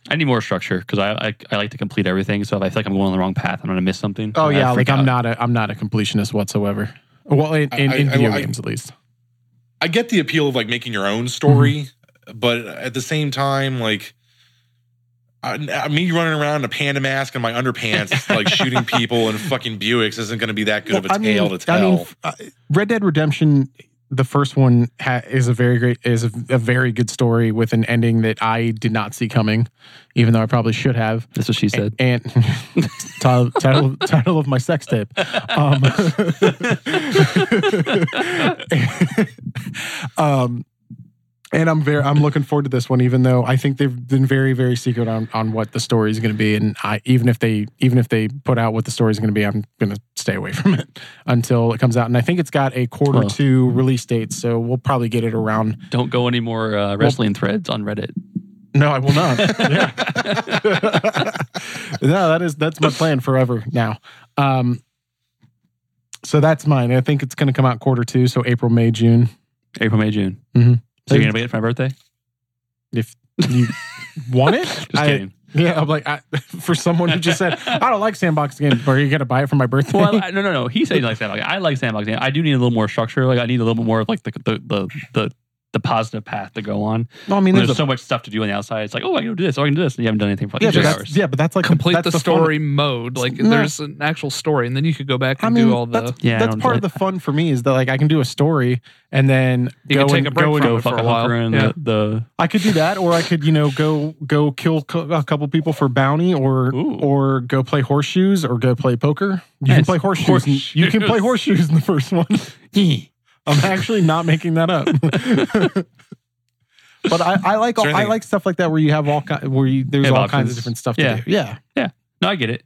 I need more structure because I, I I like to complete everything. So if I feel like I'm going on the wrong path, I'm going to miss something. oh I yeah, freak like I'm out. not a I'm not a completionist whatsoever. Well, in, in, I- in I- video I- games at least. I get the appeal of like making your own story, Mm-hmm. but at the same time, like I, I- me running around in a panda mask and my underpants, like shooting people and fucking Buicks, isn't going to be that good of a Well, tale to tell. I mean, f- uh, Red Dead Redemption, the first one ha- is a very great is a, a very good story with an ending that I did not see coming, even though I probably should have. That's what she said. And title, title title of my sex tape. Um, um, and I'm very I'm looking forward to this one, even though I think they've been very very secret on on what the story is going to be. And I even if they even if they put out what the story is going to be, I'm going to stay away from it until it comes out. And I think it's got a quarter Well. two release date, so we'll probably get it around. Don't go any more uh, wrestling threads on Reddit. No, I will not. Yeah. no, that is that's my plan forever now. Um, so that's mine. I think it's going to come out quarter two, so April, May, June. April, May, June. Mhm. So you're going to wait for my birthday? You want it? Just I- kidding. Yeah, I'm like I, for someone who just said I don't like sandbox games, but are you going to buy it for my birthday? Well, I, no, no, no. He said he likes sandbox. I like sandbox. games. I do need a little more structure. Like I need a little bit more of like the the the the, the positive path to go on. no, I mean There's, there's, a, so much stuff to do on the outside. It's like, oh, I can do this. Oh, I can do this. And you haven't done anything for like yeah, two but that's, hours. yeah, but that's like Complete that's the, fun- story mode. Like No. there's an actual story, and then you could go back I and mean, do all the. Yeah, I that's don't- part of the fun for me is that like I can do a story and then You go can take and a break go and from Go it for fuck a a while. hooker and Yeah. the, I could do that, or I could, you know, go go kill co- a couple people for bounty, or Ooh. or go play horseshoes, or go play poker. You can Nice. play horseshoes. in- you can play horseshoes in the first one. the I'm actually not making that up. but I, I like Is all, there I anything- like stuff like that where you have all ki- where you, there's Have all kinds options. of different stuff Yeah. to do. Yeah, No, I get it.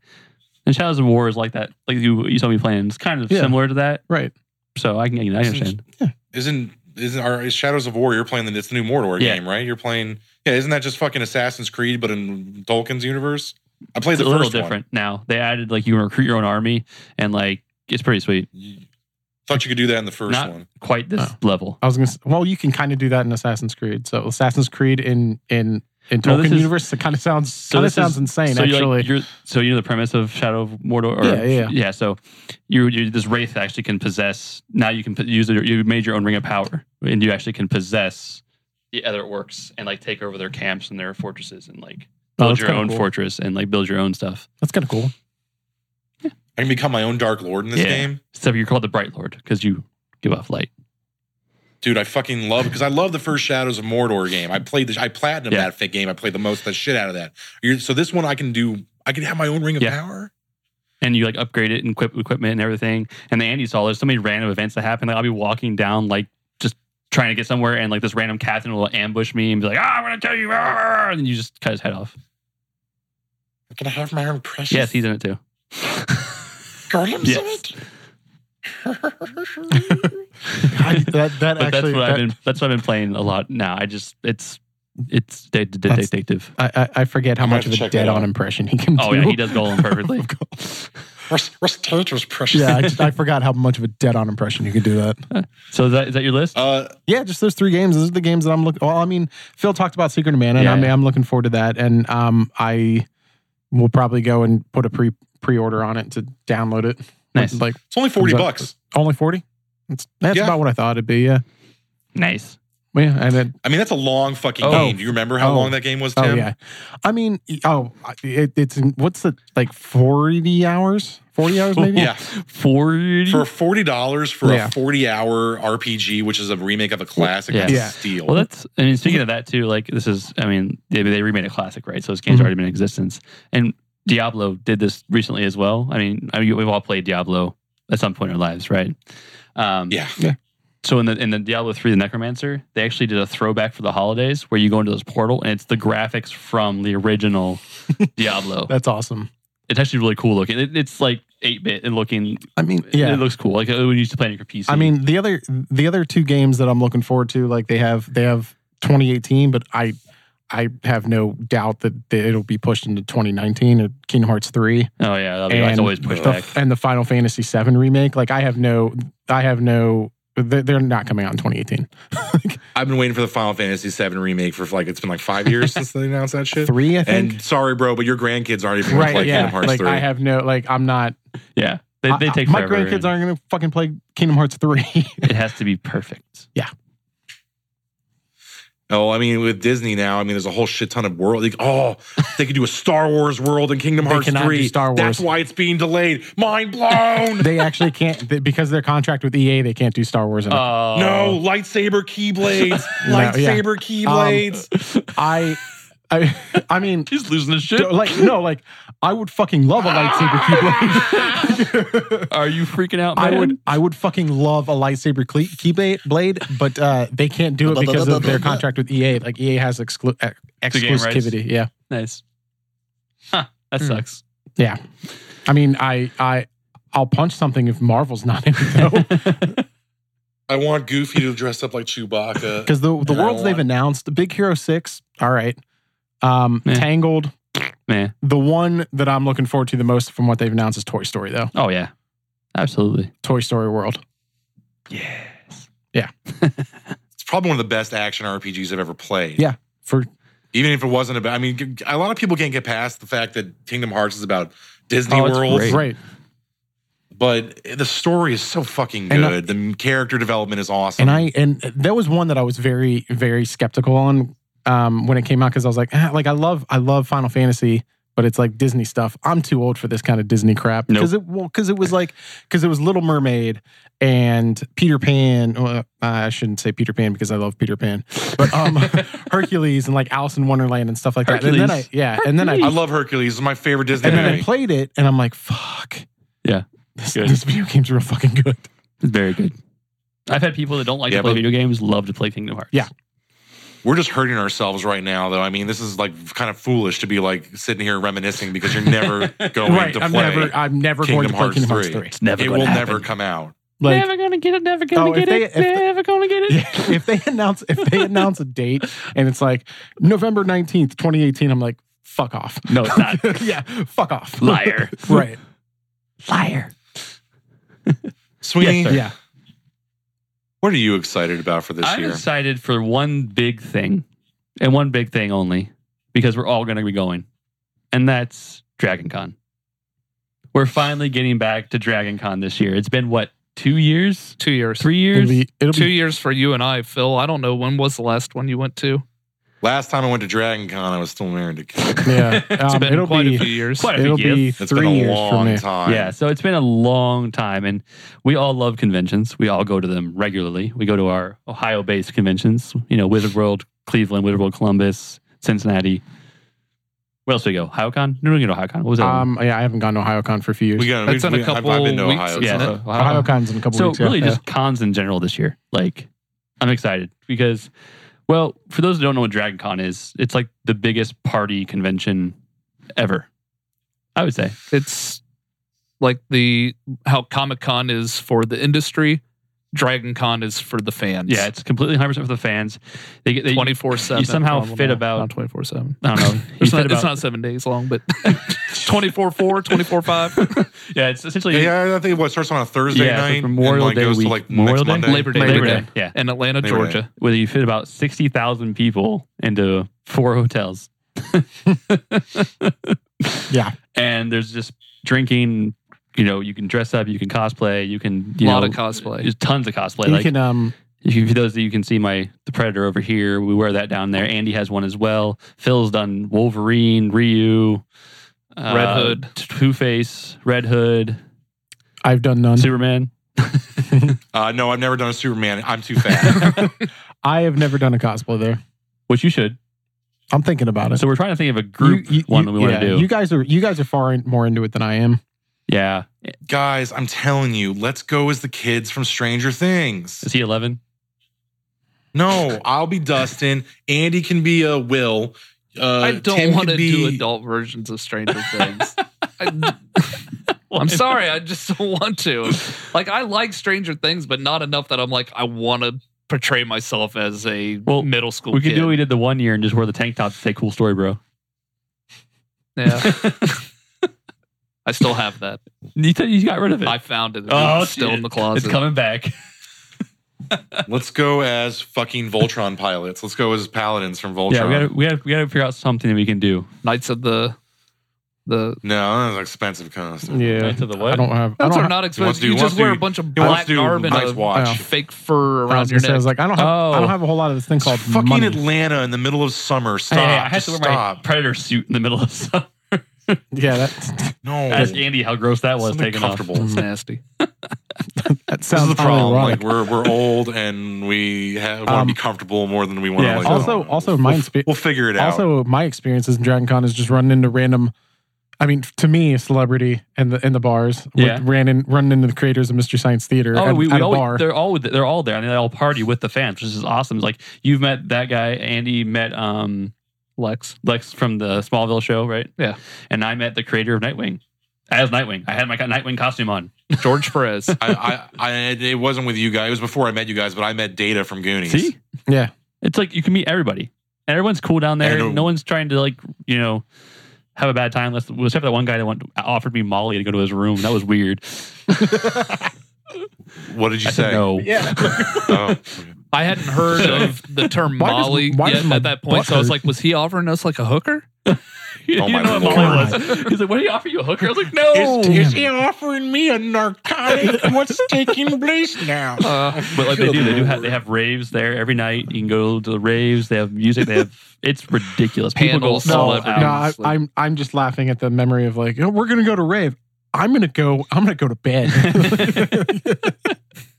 And Shadows of War is like that. Like you, you saw me playing. It's kind of Yeah. similar to that. right. So I can, I understand. isn't isn't our is Shadows of War? You're playing the it's the new Mordor Yeah. game, right? You're playing. Yeah, isn't that just fucking Assassin's Creed, but in Tolkien's universe? I played It's a the little first one. different now. They added like you can recruit your own army and like it's pretty sweet. You- Thought you could do that in the first Not- one. Quite this Oh. level. I was gonna. Say, well, you can kind of do that in Assassin's Creed. So Assassin's Creed in in in No, Tolkien this is- universe, it kind of sounds So kind of this is- sounds insane. so actually, You're like, you're, so you know the premise of Shadow of Mordor. Or, Yeah, yeah. So you, you this wraith actually can possess. Now you can p- use it. You made your own ring of power, and you actually can possess the other orcs and like take over their camps and their fortresses and like Oh, build that's your kinda own cool. fortress and like build your own stuff. that's kind of cool. I can become my own Dark Lord in this Yeah. game. So you're called the Bright Lord because you give off light. Dude, I fucking love because I love the first Shadows of Mordor game. I played the I platinum Yeah. that fit game. I played the most the shit out of that. You're, so this one I can do. I can have my own ring of Yeah. power. and you like upgrade it and equip equipment and everything. And the Andy saw there's so many random events that happen. Like I'll be walking down like just trying to get somewhere, and like this random captain will ambush me and be like, "Ah, I'm gonna kill you!" ah," And you just cut his head off. I can have my own precious. Yes, he's in it too. Golems yes. in it. I, that that But actually that's what that- I've been. That's what I've been playing a lot now. I just it's it's d- d- d- That's- addictive. I, I, I forget how I'm much of gonna a check that dead on out. impression he can Oh do. yeah, he does Golem Oh, perfectly. What's what's Tator's precious? yeah, I, just- I forgot how much of a dead on impression you could do that. so is that, is that your list? uh, Yeah, just those three games. Those are the games that I'm looking. Well, I mean, Phil talked about Secret of Mana, and Yeah, I mean, yeah. I'm looking forward to that. And um, I will probably go and put a pre pre order on it to download it. Nice. Like it's only forty Is that- bucks. only forty. That's that's Yeah. about what I thought it'd be. Yeah. nice. Yeah, and then I mean, that's a long fucking Oh. game. Do you remember how Oh. long that game was, oh Tim? yeah, I mean oh it, it's what's the like forty hours, forty hours maybe. Yeah, Forty. for forty dollars for Yeah. a forty-hour RPG, which is a remake of a classic. Yeah. That's a Yeah. steal. Well, that's, I mean, speaking of that too, like this is, I mean, they, they remade a classic, right? So this game's Mhm. already been in existence. And Diablo did this recently as well. I mean, I mean, we've all played Diablo at some point in our lives, right? Um, yeah. So in the in the Diablo three, the Necromancer, they actually did a throwback for the holidays where you go into this portal and it's the graphics from the original Diablo. that's awesome. It's actually really cool looking. It, it's like eight bit and looking. I mean, it looks cool. Like uh, when you used to play on your PC. I mean the other the other two games that I'm looking forward to, like they have they have 2018, but I I have no doubt that that it'll be pushed into 2019 or Kingdom Hearts 3 Oh yeah, that'll be that's always pushed the, back. and the Final Fantasy 7 remake. Like I have no, I have no. They're they're not coming out in 2018. I've been waiting for the Final Fantasy VII remake for like it's been like five years since they announced that shit. Three, I think. And sorry, bro, but your grandkids aren't even gonna right? play yeah. Kingdom Hearts like three. I have no. Like I'm not. yeah, they, they I- take my forever. grandkids and aren't going to fucking play Kingdom Hearts 3. It has to be perfect. oh, I mean, with Disney now, I mean, there's a whole shit ton of world. Like, oh, they could do a Star Wars world in Kingdom They Hearts cannot do three. Star That's Wars. why it's being delayed. Mind blown. they actually can't they, because their contract with EA. They can't do Star Wars. In it. Oh no lightsaber keyblades. No, yeah. lightsaber keyblades. I, I, I mean, he's losing his shit. like no, like I would fucking love a lightsaber keyblade. Are you freaking out? I Man? would, I would fucking love a lightsaber cle- keyblade, blade, but uh, they can't do it because of their contract with EA. Like EA has exclu- ex- The game rights. exclusivity. Yeah, Nice. Huh. That Hmm. sucks. yeah. I mean, I, I, I'll punch something if Marvel's not in it though. I want Goofy to dress up like Chewbacca. Because the the And I worlds they've want- announced, the Big Hero Six, all right, um, Meh. Tangled, Meh. The one that I'm looking forward to the most from what they've announced is Toy Story, though. Oh yeah, absolutely. Toy Story World. Yes. It's probably one of the best action RPGs I've ever played. Yeah. For Even if it wasn't about, I mean, g- a lot of people can't get past the fact that Kingdom Hearts is about Disney Oh, it's World, great. right, but the story is so fucking And I- good. the character development is awesome. and I and that was one that I was very very skeptical on um, when it came out because I was like, ah, like I love I love Final Fantasy, but it's like Disney stuff. I'm too old for this kind of Disney crap Nope. because it because it was like because it was Little Mermaid and Peter Pan. Well, uh, I shouldn't say Peter Pan because I love Peter Pan, but um, Hercules and like Alice in Wonderland and stuff like that. And then I Hercules. yeah, and then I I love Hercules. It's my favorite Disney And then I movie. played it, and I'm like, "Fuck." Yeah. this, Good. this video game's real fucking good. It's very good. I've had people that don't like Yeah, to play but- video games love to play Kingdom Hearts. Yeah. We're just hurting ourselves right now, though. I mean, this is like kind of foolish to be like sitting here reminiscing because you're never going to play. I'm never, I'm never going to Kingdom play Hearts Kingdom Hearts 3. three. It's never it gonna will happen. never come out. Like, never gonna get it. Never gonna Oh, if get they- it. if they- never gonna get it. if they announce if they announce a date and it's like November nineteenth, 2018, I'm like, "Fuck off." No, it's not. yeah, fuck off, Liar. right? Liar. Sweeney, Yes, sir. Yeah, what are you excited about for this I'm year? excited for one big thing, and one big thing only, because we're all gonna be going, and that's Dragon Con. We're finally getting back to Dragon Con this year. It's been what two years, Two years. three it'll years. be, it'll Two be years for you and I, Phil. I don't know when was the last one you went to. Last time I went to Dragon Con, I was still married to Kim. yeah. It's um, been it'll quite be a few years. Quite a few it'll years. be It's three been a years for me. long time. Yeah, so it's been a long time, and we all love conventions. We all go to them regularly. We go to our Ohio-based conventions. You know, Wizard World, Cleveland, Wizard World, Columbus, Cincinnati. Where else do we go? HioCon? No, we don't go to HioCon. What was that? one? Um, yeah, I haven't gone to OhioCon for a few years. We got That's we, in a we- I've- I've couple been to weeks, Ohio. yeah, so- so Ohio- OhioCon's in a couple Uh-huh. so weeks. yeah. really yeah. just cons in general this year like i'm excited because well for those who don't know what dragon con is it's like the biggest party convention ever i would say It's like the how Comic Con is for the industry, Dragon Con is for the fans. yeah it's completely 100% for the fans they get they, twenty four seven. you somehow fit about- twenty four seven. i don't know you It's said not, it's about- not seven days long, but 24 4, 24 5. yeah it's essentially Yeah, yeah, I think what starts on a Thursday Yeah, so night. Memorial and, like, Day goes week. to like Memorial next Day? Monday. Labor Day. Labor, Labor Day. Day. yeah in Labor Atlanta, Day. Georgia. whether you fit about 60000 people into four hotels yeah. and there's just drinking you know you can dress up you can cosplay you can you a lot know, of cosplay. there's tons of cosplay You like can um If you, for those of you can see my the Predator over here, we wear that down there. Andy has one as well. Phil's done Wolverine, Ryu, uh, Red Hood. Two Face, Red Hood, I've done none. Superman. Uh, no, I've never done a Superman. I'm too fat. I have never done a cosplay there. Which you should. I'm thinking about it. So we're trying to think of a group You- you- one you- we want yeah, to do. You guys are you guys are far in, more into it than I am. yeah. Guys, I'm telling you, let's go as the kids from Stranger Things. Is he eleven? No, I'll be Dustin. Andy can be a Will. Uh, I don't Tim want to can be- do adult versions of Stranger Things. I, am sorry, I just don't want to. Like, I like Stranger Things, but not enough that I'm like, I want to portray myself as a Well, middle school We kid. could do what we did the one year and just wear the tank top to say cool story, bro. yeah. I still have that. You, t- you got rid of it. I found it. Oh, it's still shit. in the closet. It's coming back. Let's go as fucking Voltron pilots. Let's go as paladins from Voltron. Yeah, we gotta, we gotta we gotta figure out something that we can do. Knights of the the no, that's an expensive costume. Yeah. Into the I what? don't have. I Those don't are have, not wants expensive. to- You he just wants wear to- a bunch of he wants black to do garb and nice a watch. Oh. fake fur I was around your gonna say, I neck. was like, I don't have. I Oh. don't have a whole lot of this thing It's called fucking money. Atlanta in the middle of summer. Stop. hey, hey, I had Just to wear my stop. predator suit in the middle of summer. Yeah, that No. Ask Andy how gross that was. Something Taking off. comfortable. It's nasty. that sounds This is the problem. ironic. Like we're we're old and we ha- want to Um, be comfortable more than we want yeah, to. Like, also- oh, also we'll, my we'll, inspi- we'll figure it out. also my experiences in Dragon Con is just running into random I mean, to me, celebrity in the in the bars. Yeah. With ran in, running into the creators of Mystery Science Theater Oh, at, we, at we a always, bar. they're all with- they're all there, and they all party with the fans, which is awesome. It's like you've met that guy, Andy met um, Lex, Lex from the Smallville show, right? Yeah. and I met the creator of Nightwing as Nightwing. I had my Nightwing costume on. George Perez. I, I, I, it wasn't with you guys. It was before I met you guys, but I met Data from Goonies. See, Yeah. it's like you can meet everybody, and everyone's cool down there. And, uh, no one's trying to like you know have a bad time. Unless, except for that one guy that went, offered me Molly to go to his room. That was weird. What did you I say? said no. Oh, okay. I hadn't heard of the term Why does- Molly why does yet my at that point, butt so I was hurt? like, was he offering us like a hooker? You Oh, my know what Molly was. He's like, "What do you offer you a hooker?" I was like, "No." oh, Is he offering me a narcotic? What's taking place now? Uh, But like they do, they do have they have raves there every night. You can go to the raves. They have music. They have it's ridiculous. Panels, People go all No, no celebrities, out. I, like- I'm I'm just laughing at the memory of like, oh, we're gonna go to rave. I'm gonna go. I'm gonna go to bed.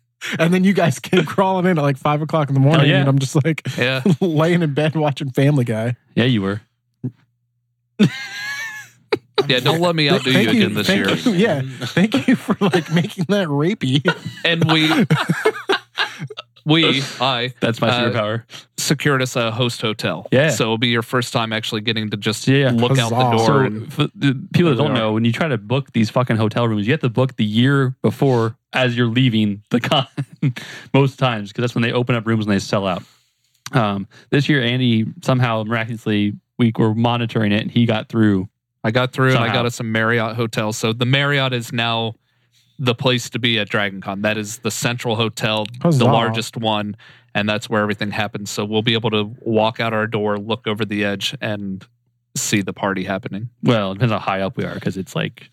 and then you guys came crawling in at like five o'clock in the morning, yeah. and I'm just like yeah. laying in bed watching Family Guy. Yeah, you were. Yeah, don't let me outdo you Thank again this thank year. you- yeah, thank you for like making that rapey. And we we I That's my Uh, superpower. secured us a host hotel. Yeah. So it'll be your first time actually getting to just Yeah, yeah. look out the Huzzah. door. So and, for the people that There we don't are. know, when you try to book these fucking hotel rooms, you have to book the year before as you're leaving the con most times because that's when they open up rooms and they sell out. Um, this year, Andy somehow miraculously we were monitoring it and he got through. I got through and I Somehow. got us a Marriott hotel. So the Marriott is now the place to be at Dragon Con. That is the central hotel, Huzzah. the largest one, and that's where everything happens. So we'll be able to walk out our door, look over the edge, and see the party happening. Well, it depends how high up we are because it's like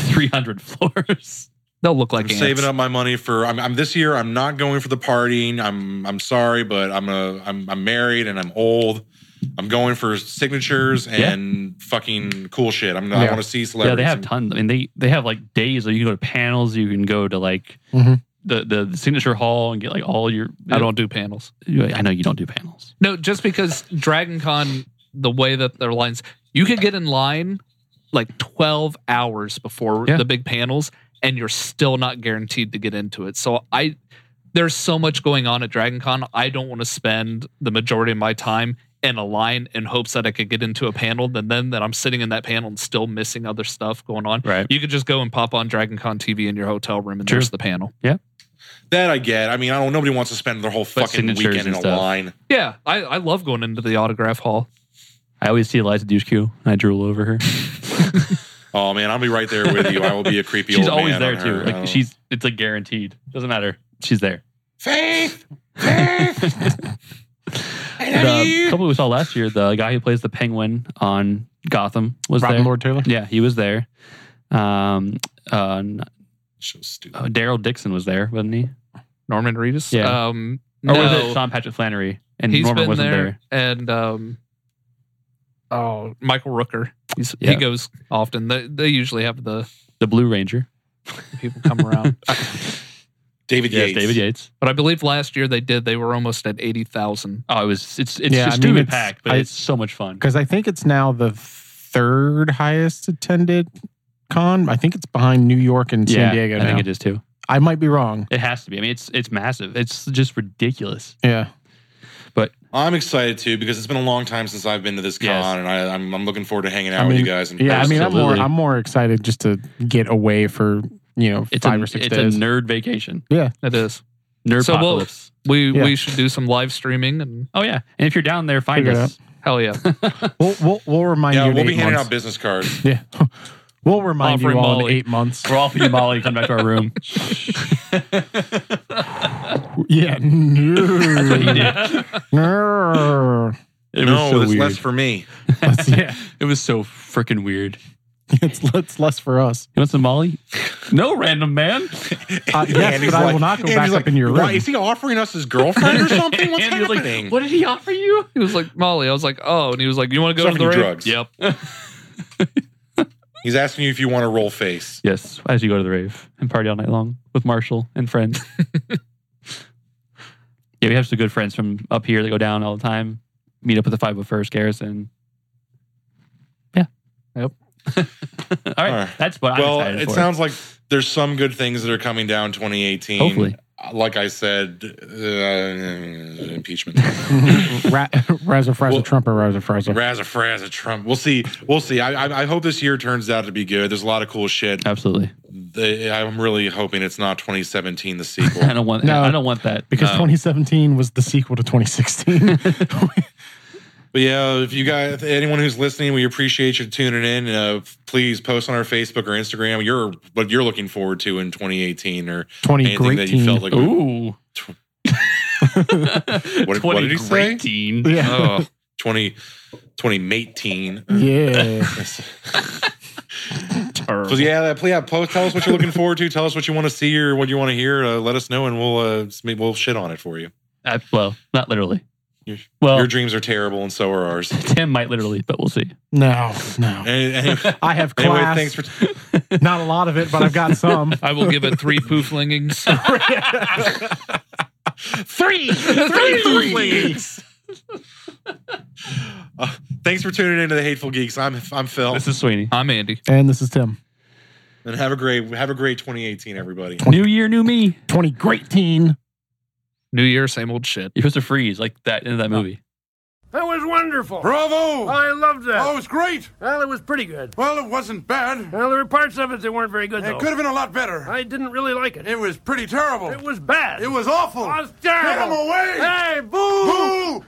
300 floors. They'll look like I'm ants. saving up my money for. I'm, I'm this year. I'm not going for the partying. I'm I'm sorry, but I'm a I'm I'm married and I'm old. I'm going for signatures and fucking cool shit. I'm I Yeah. want to see Yeah, celebrities. they have tons. I mean, they they have like days. Like you can go to panels. You can go to like Mhm. the, the the signature hall and get like all your. Mm-hmm. I don't do panels. You- I know you don't do panels. No, just because Dragon Con, the way that their lines, you could get in line like 12 hours before Yeah. the big panels and you're still not guaranteed to get into it. So I, there's so much going on at Dragon Con. I don't want to spend the majority of my time in a line in hopes that I could get into a panel. Then, then that I'm sitting in that panel and still missing other stuff going on. Right. You could just go and pop on Dragon Con TV in your hotel room and True. there's the panel. that I get. I mean, I don't. Nobody wants to spend their whole fucking signatures weekend in and a stuff. line. Yeah. I, I love going into the autograph hall. I always see Eliza Dushku and I drool over her. Oh man, I'll be right there with you. I will be a creepy. she's old always man there on too. her. Oh. Like she's it's like guaranteed. Doesn't matter. She's there. Faith! Faith! I The love you! couple we saw last year, the guy who plays the Penguin on Gotham was Robin there. Lord Taylor. Yeah, he was there. Um, uh, n- so stupid. oh, Daryl Dixon was there, wasn't he? Norman Reedus. Yeah. Um, Or no. was it Sean Patrick Flannery? And He's Norman been wasn't there. there, and um, oh, Michael Rooker. He's, Yeah. He goes often. They, they usually have the The Blue Ranger. people come around. David Yes, Yates. David Yates. but I believe last year they did. They were almost at eighty thousand. Oh, it was it's it's Yeah, I just mean, stupid it's- packed, but I- it's so much fun. because I think it's now the third highest attended con. I think it's behind New York and San Diego. I now. think it is too. I might be wrong. It has to be. I mean, it's it's massive. It's just ridiculous. Yeah, I'm excited too because it's been a long time since I've been to this con, Yes. and I, I'm, I'm looking forward to hanging out I with mean, you guys. And yeah. I mean, I'm more Absolutely. I'm more excited just to get away for you know It's five a, or six it's days. a nerd vacation. It is. Nerd So we'll- apocalypse. We Yeah. we should do some live streaming and oh yeah, and if you're down there, find Figure it us. hell yeah. We'll we'll, we'll remind Yeah, you. in we'll be eight handing months. out business cards. Yeah, we'll remind you Offering all Molly. in eight months. We're all for you, Molly. Come back to our room. Yeah, that's what he did. It no, was so it's weird. less for me. yeah, it was so freaking weird. it's, it's less for us. You want some Molly? no, random man. Uh, yes, Andy's but I like- will not go Andy's back like, up in your Why room. is he offering us his girlfriend or something? What's Andy's like, happening? What did he offer you? He was like Molly. I was like, oh, and he was like, you want to go to the Something raid? drugs. Yep. He's asking you if you want to roll face. Yes, as you go to the rave and party all night long with Marshall and friends. yeah, we have some good friends from up here that go down all the time. Meet up with the 501st Garrison. Yeah. Yep. all, right, All right. That's what well, I'm excited it for. sounds like there's some good things that are coming down 2018. Hopefully. Uh, Like I said, uh, impeachment. Ra- Razor Frazzle Mm-hmm. Well- Trumper, Razor Frazzle. Razza frazza Trump. We'll see. We'll see. I, I I hope this year turns out to be good. There's a lot of cool shit. Absolutely. The- I'm really hoping it's not 2017 the I sequel. don't want. No. I don't want that. because No. 2017 was the sequel to 2016. but yeah, if you guys, if anyone who's listening, we appreciate you tuning in. Uh, please post on our Facebook or Instagram your what you're looking forward to in 2018 or 20 anything great that you team. felt like. Ooh. What, what did he say? 2018. yeah, Oh, 20, 20 mate teen. yeah. So yeah, that- please yeah, post, tell us what you're looking forward to. Tell us what you want to see or what you want to hear. Uh, let us know, and we'll uh, maybe we'll shit on it for you. Uh, well, not literally. Your- Well, Your dreams are terrible, and so are ours. Tim might literally, but we'll see. No, no. Any- any- anyway, I have class. thanks for. Not a lot of it, but I've got some. I will give it three pooflingings. Uh, thanks for tuning into the Hateful Geeks. I'm I'm Phil, This is Sweeney. I'm Andy. And this is Tim. and have a great have a great 2018, everybody. New year, new me. 20 great teen. New year, same old shit. You're supposed to freeze like that in that movie. That was wonderful. Bravo! I loved that. Oh, it was great. Well, it was pretty good. Well, it wasn't bad. Well, there were parts of it that weren't very good, It though. could have been a lot better. I didn't really like it. It was pretty terrible. It was bad. It was awful. It was terrible. Get him away! Hey, boo! Boo!